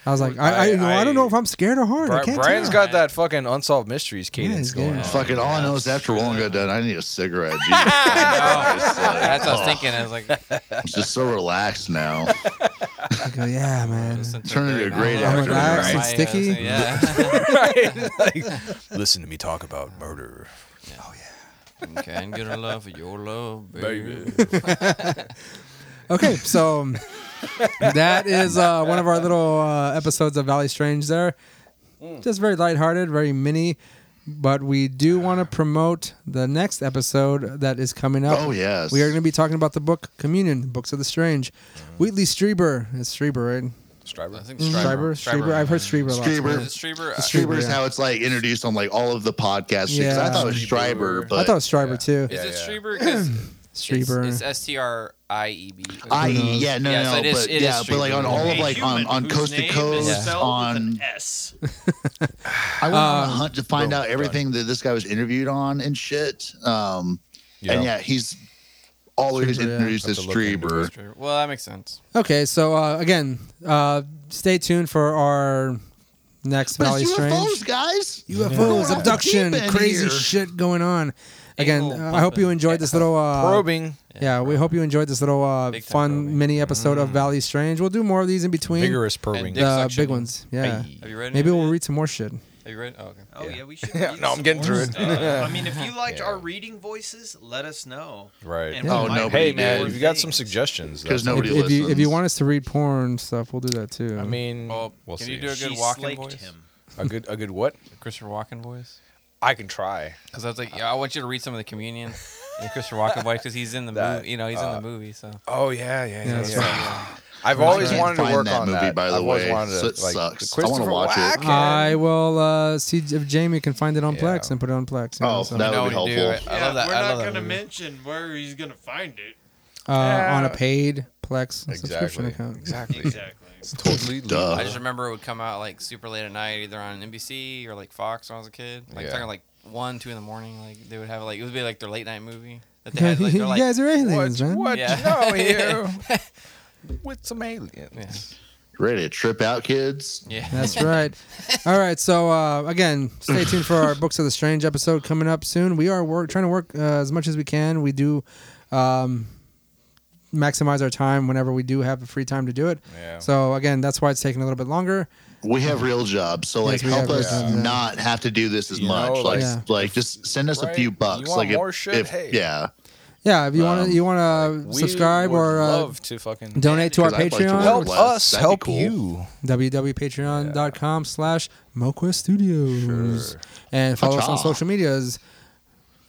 B: I was like, I, I, you know, I, don't know if I'm scared or hard. I
A: Bri-
B: can't
A: Brian's
B: tell.
A: got that fucking unsolved mysteries cadence
B: he's
A: going.
B: good.
A: on.
E: Fucking all I know is after rolling got done, I need a cigarette. Jesus,
D: That's what I was thinking. I was like,
E: I'm just so relaxed now.
B: I go, yeah, man.
D: listen to
E: Turn into a great
D: novel.
E: actor, Relaxed
B: and
D: Right,
B: sticky.
D: uh, Yeah. so-
A: Listen to me talk about murder,
D: yeah. Can get a love for your love, baby.
A: baby.
B: Okay, so um, that is uh, one of our little uh, episodes of Valley Strange. There, just very lighthearted, very mini. But we do want to promote the next episode that is coming up.
E: Oh, yes.
B: we are going to be talking about the book Communion, Books of the Strange. Wheatley Strieber, it's Strieber, right?
A: Striver.
D: I think
B: Strieber,
D: Stryber-
B: Strieber.
D: Stryber-
B: Mm. I've heard Strieber. a lot.
E: Strieber.
D: Is it Uh, Stryber?
B: It's
D: I-
B: Stryber,
E: Streber is
B: yeah.
E: how it's like introduced on like all of the podcasts. Yeah.
B: Yeah.
E: I thought it was Striber, but
B: I thought it was Strieber too.
D: Is it
A: Yeah, yeah.
D: Stryber? Because
B: Street
D: it's,
B: burner.
D: It's S T R I E B.
E: I
B: knows?
E: yeah no
D: Yeah,
E: no,
D: so it is-
E: but
D: it is
E: yeah
D: street
E: but like on
D: food.
E: all
D: A
E: of like on
G: human
E: on
G: whose
E: coast to
G: name is
E: coast
G: spelled with
E: on
G: an S.
E: I went on
B: Um,
E: a hunt to find
F: Bro,
E: out everything that this guy was interviewed on and shit. Um, and yeah, he's always
B: Streber, yeah.
E: introduced as
F: Have to look into
E: Streber.
D: Well, that makes sense.
B: Okay, so uh, again, uh, stay tuned for our next
E: But
B: Valley
E: it's UFOs,
B: Strange.
E: guys. Going off
B: UFOs,
E: the
B: abduction,
E: deep end
B: crazy
E: here.
B: shit going on. Again,
D: Ain't no
B: uh, I hope you
D: bumping.
B: enjoyed this little uh,
F: Probing.
B: Yeah, we hope you enjoyed this little uh,
D: Big time
B: fun
D: probing.
B: mini episode of Valley Strange. We'll do more of these in between.
A: Vigorous probing.
D: dick
B: The
D: suction.
B: Uh, big ones, yeah.
D: Have you read?
B: Maybe
D: any of
B: we'll
D: it?
B: read some more shit.
D: Have you read? Oh, okay.
C: Oh yeah, we should.
A: Yeah,
C: read
A: no, I'm
C: some
A: getting
C: more
A: through it.
C: stuff. I mean, if you liked our
A: Yeah.
C: reading voices, let us know.
A: Right.
C: And we
E: Oh,
C: might
E: no,
C: read
A: Hey
E: Nobody
A: man,
C: more
A: if you got some
C: things.
A: suggestions,
E: 'Cause
A: that's-
E: nobody
B: If, if you if you
E: listens.
B: want us to read porn stuff, we'll do that too.
A: I mean,
D: Well,
A: we'll
D: can
A: see.
D: you do a
C: She
D: good walking
C: slaked
D: voice?
C: him.
A: a good a good what?
D: Christopher Walken voice?
A: I can try.
D: Because I was
B: Uh,
D: like, yeah, I want you to read some of the communion and Christopher Walken voice because he's in the
A: That,
D: movie. You know, he's
B: uh,
D: in the movie. So
A: Oh yeah, yeah,
B: Yeah,
A: yeah.
B: that's
A: yeah. I've always
E: can't
A: wanted to
E: find
A: work
E: that
A: on
E: movie,
A: that.
E: by the
A: I've always
E: way,
A: wanted to,
E: so it
A: like,
E: sucks. I wanna
A: Christopher
E: watch it.
A: Walken.
B: I will uh, see if Jamie can find it on
A: Yeah.
B: Plex and put it on Plex. you
E: Oh,
B: know, so- uh,
E: that would be
D: No, we do.
E: helpful.
D: I love that.
G: We're
D: I
G: not
D: love that
G: gonna
D: movie.
G: mention where he's gonna find it.
B: uh, on a paid Plex
A: Exactly.
B: subscription account.
A: Exactly.
G: Exactly.
A: Totally.
E: Duh.
D: I just remember it would come out like super late at night, either on NBC or like Fox when I was a kid. Like
A: Yeah.
D: talking like one, two in the morning. Like they would have like it would be like their late night movie that they had. Like,
B: you
D: they're like,
B: guys are aliens, man.
D: Yeah.
A: you with some aliens?
D: Yeah.
E: Ready to trip out, kids?
D: yeah.
B: That's right. All right. So uh, again, stay tuned for our Books of the Strange episode coming up soon. We are work, trying to work uh, as much as we can. We do um, maximize our time whenever we do have the free time to do it.
A: Yeah.
B: So again, that's why it's taking a little bit longer.
E: We have real jobs, so like
B: Yes, we
E: help
B: have real
E: us
B: jobs, yeah.
E: not have to do this as
A: You
E: much.
A: know,
E: like,
A: like-
B: Yeah.
E: like just send us a
A: Right?
E: few
A: You
E: bucks.
A: want
E: like if-
A: more shit?
E: if-
A: Hey.
E: yeah,
B: Yeah. If you want
E: Um,
B: to, you want to
A: We
B: subscribe
A: would
B: or uh,
A: love to fucking
B: donate to our
E: 'Cause I'd like to
B: Patreon.
E: work
A: help
E: Otherwise,
A: us
E: that'd be
A: help
E: cool.
A: you.
B: www.patreon.com slash moquest studios
A: Sure.
B: and follow us on
E: Acha.
B: social medias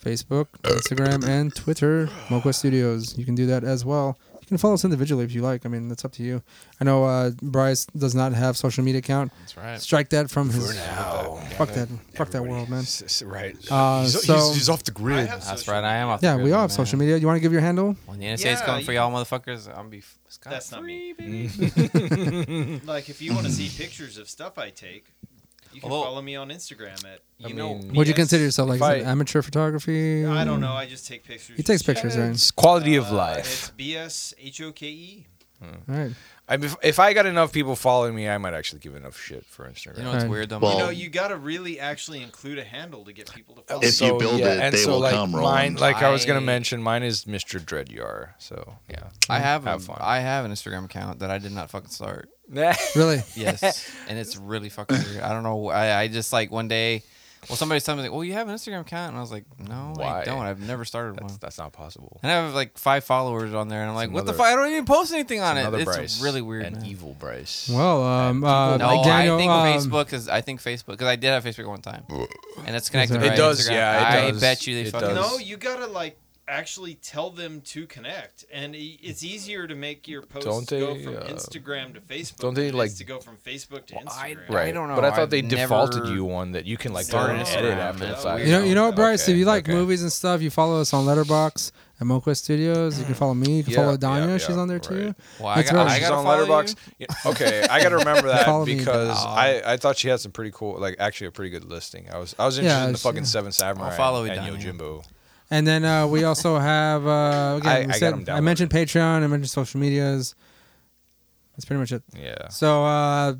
B: facebook instagram and twitter moquest studios you can do that as well you can follow us individually if you like i mean that's up to you i know uh, bryce does not have social media account
D: That's right.
B: strike that from his
A: Now,
B: fuck that fuck that world man
A: S- s- Right.
B: Uh,
A: he's, he's-
B: so-
A: he's off the grid.
D: That's right. I am off. the
B: yeah
D: grid,
B: we all
D: my
B: have social
D: man.
B: media you want to give your handle
D: When the NSA's
C: Yeah,
D: come for
C: you-
D: y'all, motherfuckers, I'm be. f- scot
C: That's not me.
D: free, baby.
C: Like if you want to see pictures of stuff I take, you can
D: Although-
C: follow me on Instagram at.
D: You
A: I
D: know,
A: mean-
B: would you
C: BS.
B: consider yourself like
A: If
B: is it
A: I-
B: amateur photography
C: I don't know. I just take pictures.
B: Mm. he takes
C: of shit.
B: pictures right
A: It's quality of
C: Uh,
A: life.
C: It's B S H O K E.
B: all right
A: I mean, if, if I got enough people following me, I might actually give enough shit for Instagram.
D: You know what's
B: Right.
D: weird though?
E: Well-
D: man?
C: You know,
E: Um,
C: you gotta really actually include a handle to get people to follow.
E: If you build it,
A: and
E: they
A: so,
E: will
A: like,
E: come, Roland.
A: Mine, like I, was gonna
D: I-
A: mention, mine is Mr. Dreadyar. So yeah,
D: I have,
A: Have
D: a,
A: fun.
D: I have an Instagram account that I did not fucking start.
B: really
D: Yes, and it's really fucking weird. I don't know. I, I just like one day, well, somebody told me like, "Well, you have an Instagram account," and I was like, "No, I
A: Why?
D: don't. I've never started
A: that's,
D: one."
A: that's not possible.
D: And I have like five followers on there, and I'm like, "What the
A: another-
D: fuck? I don't even post anything on it.
A: Another
D: It's
A: Bryce,
D: really weird."
A: An
D: man.
A: evil Bryce.
B: well um uh,
D: no,
B: Daniel,
D: I think
B: um,
D: Facebook is. I think Facebook because I did have Facebook one time, and it's connected.
B: It
D: right?
A: does,
D: Instagram.
A: yeah, it
D: I
A: does.
D: bet you they
A: It
D: fucking.
A: does.
C: No, you gotta like actually tell them to connect, and i- it's easier to make your posts
A: Don't
C: go
A: they,
C: from
A: uh,
C: Instagram to Facebook.
A: don't they,
C: than it is
A: like-
C: to go from Facebook to
D: Well, I-
C: Instagram?
A: Right.
D: I don't know.
A: But I thought
D: I've
A: they defaulted
D: never
A: you one that you can like
D: started
A: turn and
D: Instagram,
A: edit after the
D: that's
A: fact.
D: weird.
B: You know, you know what, Bryce?
A: Okay,
B: if you like
A: okay.
B: movies and stuff, you follow us on Letterbox at MoQuest Studios. You can follow me. You can
A: Yeah,
B: follow
A: yeah,
B: Danya.
A: yeah,
B: She's on there too.
A: right.
D: Well, I
B: That's
D: got,
B: right.
D: I
A: She's
D: gotta
A: on
D: follow
A: Letterboxd.
D: you.
A: Yeah, Okay, I got to remember
B: Follow
A: that
B: me,
A: because
D: dog.
A: I, I thought she had some pretty cool, like actually a pretty good listing. I was I was interested
B: Yeah,
A: in the
B: she-
A: fucking Seven Samurai
D: follow it
A: and
D: down, yeah.
A: Yojimbo.
B: And then uh, we also have uh, again.
A: I-
B: we
A: I got
B: said-
A: 'em
B: I mentioned Patreon. I mentioned social medias. That's pretty much it.
A: Yeah.
B: So, uh,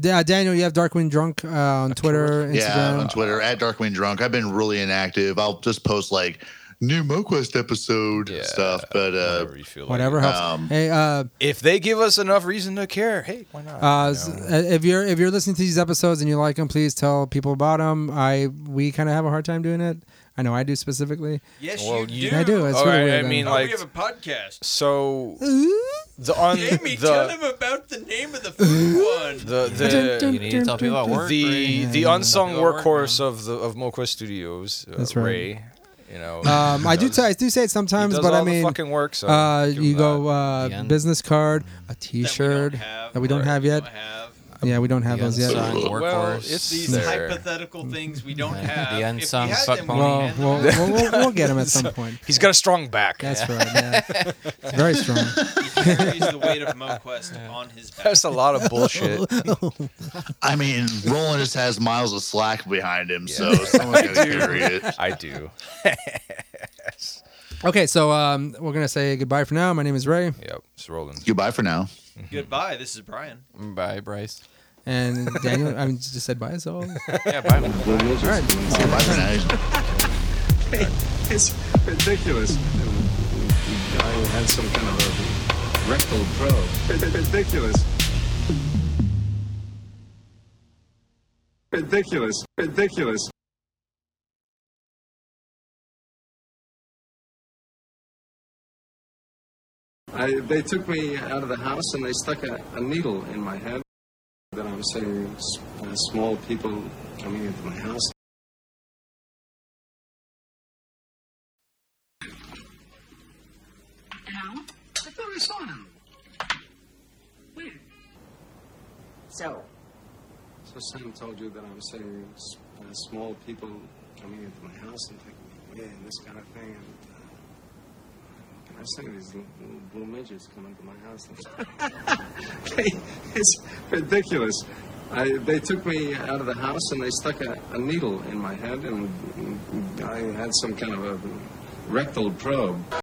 B: Da- Daniel, you have Darkwing Drunk uh, on Twitter, Instagram.
E: yeah. On Twitter at Darkwing Drunk, I've been really inactive. I'll just post like new MoQuest episode
A: Yeah,
E: stuff, but uh,
A: whatever you feel. like.
B: whatever helps.
E: Um,
B: hey, uh,
A: If they give us enough reason to care, hey, why not?
B: Uh,
A: you
B: s-
A: know?
B: uh, if you're if you're listening to these episodes and you like them, please tell people about them. I we kind of have a hard time doing it. I know I do specifically.
C: Yes,
A: Well,
C: you,
A: you-
C: do.
B: I do. It's
A: All
B: really
A: right,
B: weird.
A: I
B: then.
A: mean,
C: Oh,
A: like-
C: we have a podcast.
A: So the on
G: Jamie, tell
A: the
G: him about the name of the food one.
A: the the.
D: You need to tell people at work.
A: The
D: Ray.
A: the unsung
D: Yeah, yeah, yeah.
A: workhorse of the of MoQuest Studios, uh,
B: That's right.
A: Ray. You know,
B: um, I do
A: does-
B: t- I do say it
A: he
B: sometimes,
A: does
B: but
A: all
B: I mean,
A: the fucking work. So
B: uh,
A: give
B: you
A: him
B: go
A: that.
B: uh,
D: Again.
B: business card, a T-shirt that we don't have,
C: We
B: yet.
C: don't have.
B: Yeah, we don't have
D: The
B: those yet.
D: unsung
A: Well,
D: workhorse.
A: it's these
D: There.
G: hypothetical things we don't have.
D: The
G: if
D: unsung
G: we had
D: suck
G: them,
D: pony.
G: we'd have
B: Well, we'll,
G: them.
B: we'll, we'll, we'll get him at some point.
A: He's got a strong back.
B: That's right. Yeah. It's very strong.
G: he carries the weight of MoQuest on his back.
A: That's a lot of bullshit.
E: I mean, Roland just has miles of slack behind him, so someone's gonna carry it.
A: I do.
B: Okay, so um, we're gonna say goodbye for now. My name is Ray,
A: Yep, it's rolling.
E: Goodbye for now.
G: Goodbye. This is Brian.
D: Bye, Bryce.
B: and Daniel. I mean, just said bye. So
D: Yeah, bye. man.
E: Goodbye for now.
H: It's ridiculous. I had some kind of a rectal probe. It's ridiculous. Ridiculous. Ridiculous. I, they took me out of the house and they stuck a, a needle in my head. That I'm seeing s- uh, small people coming into my house.
I: Now? I thought I saw him. Where? So,
H: So Sam told you that I'm seeing s- uh, small people coming into my house and taking me away and this kind of thing. And, uh, and I'm seeing these little, little blue midgets come into my house. They- it's ridiculous. I, they took me out of the house and they stuck a, a needle in my head and I had some kind of a rectal probe.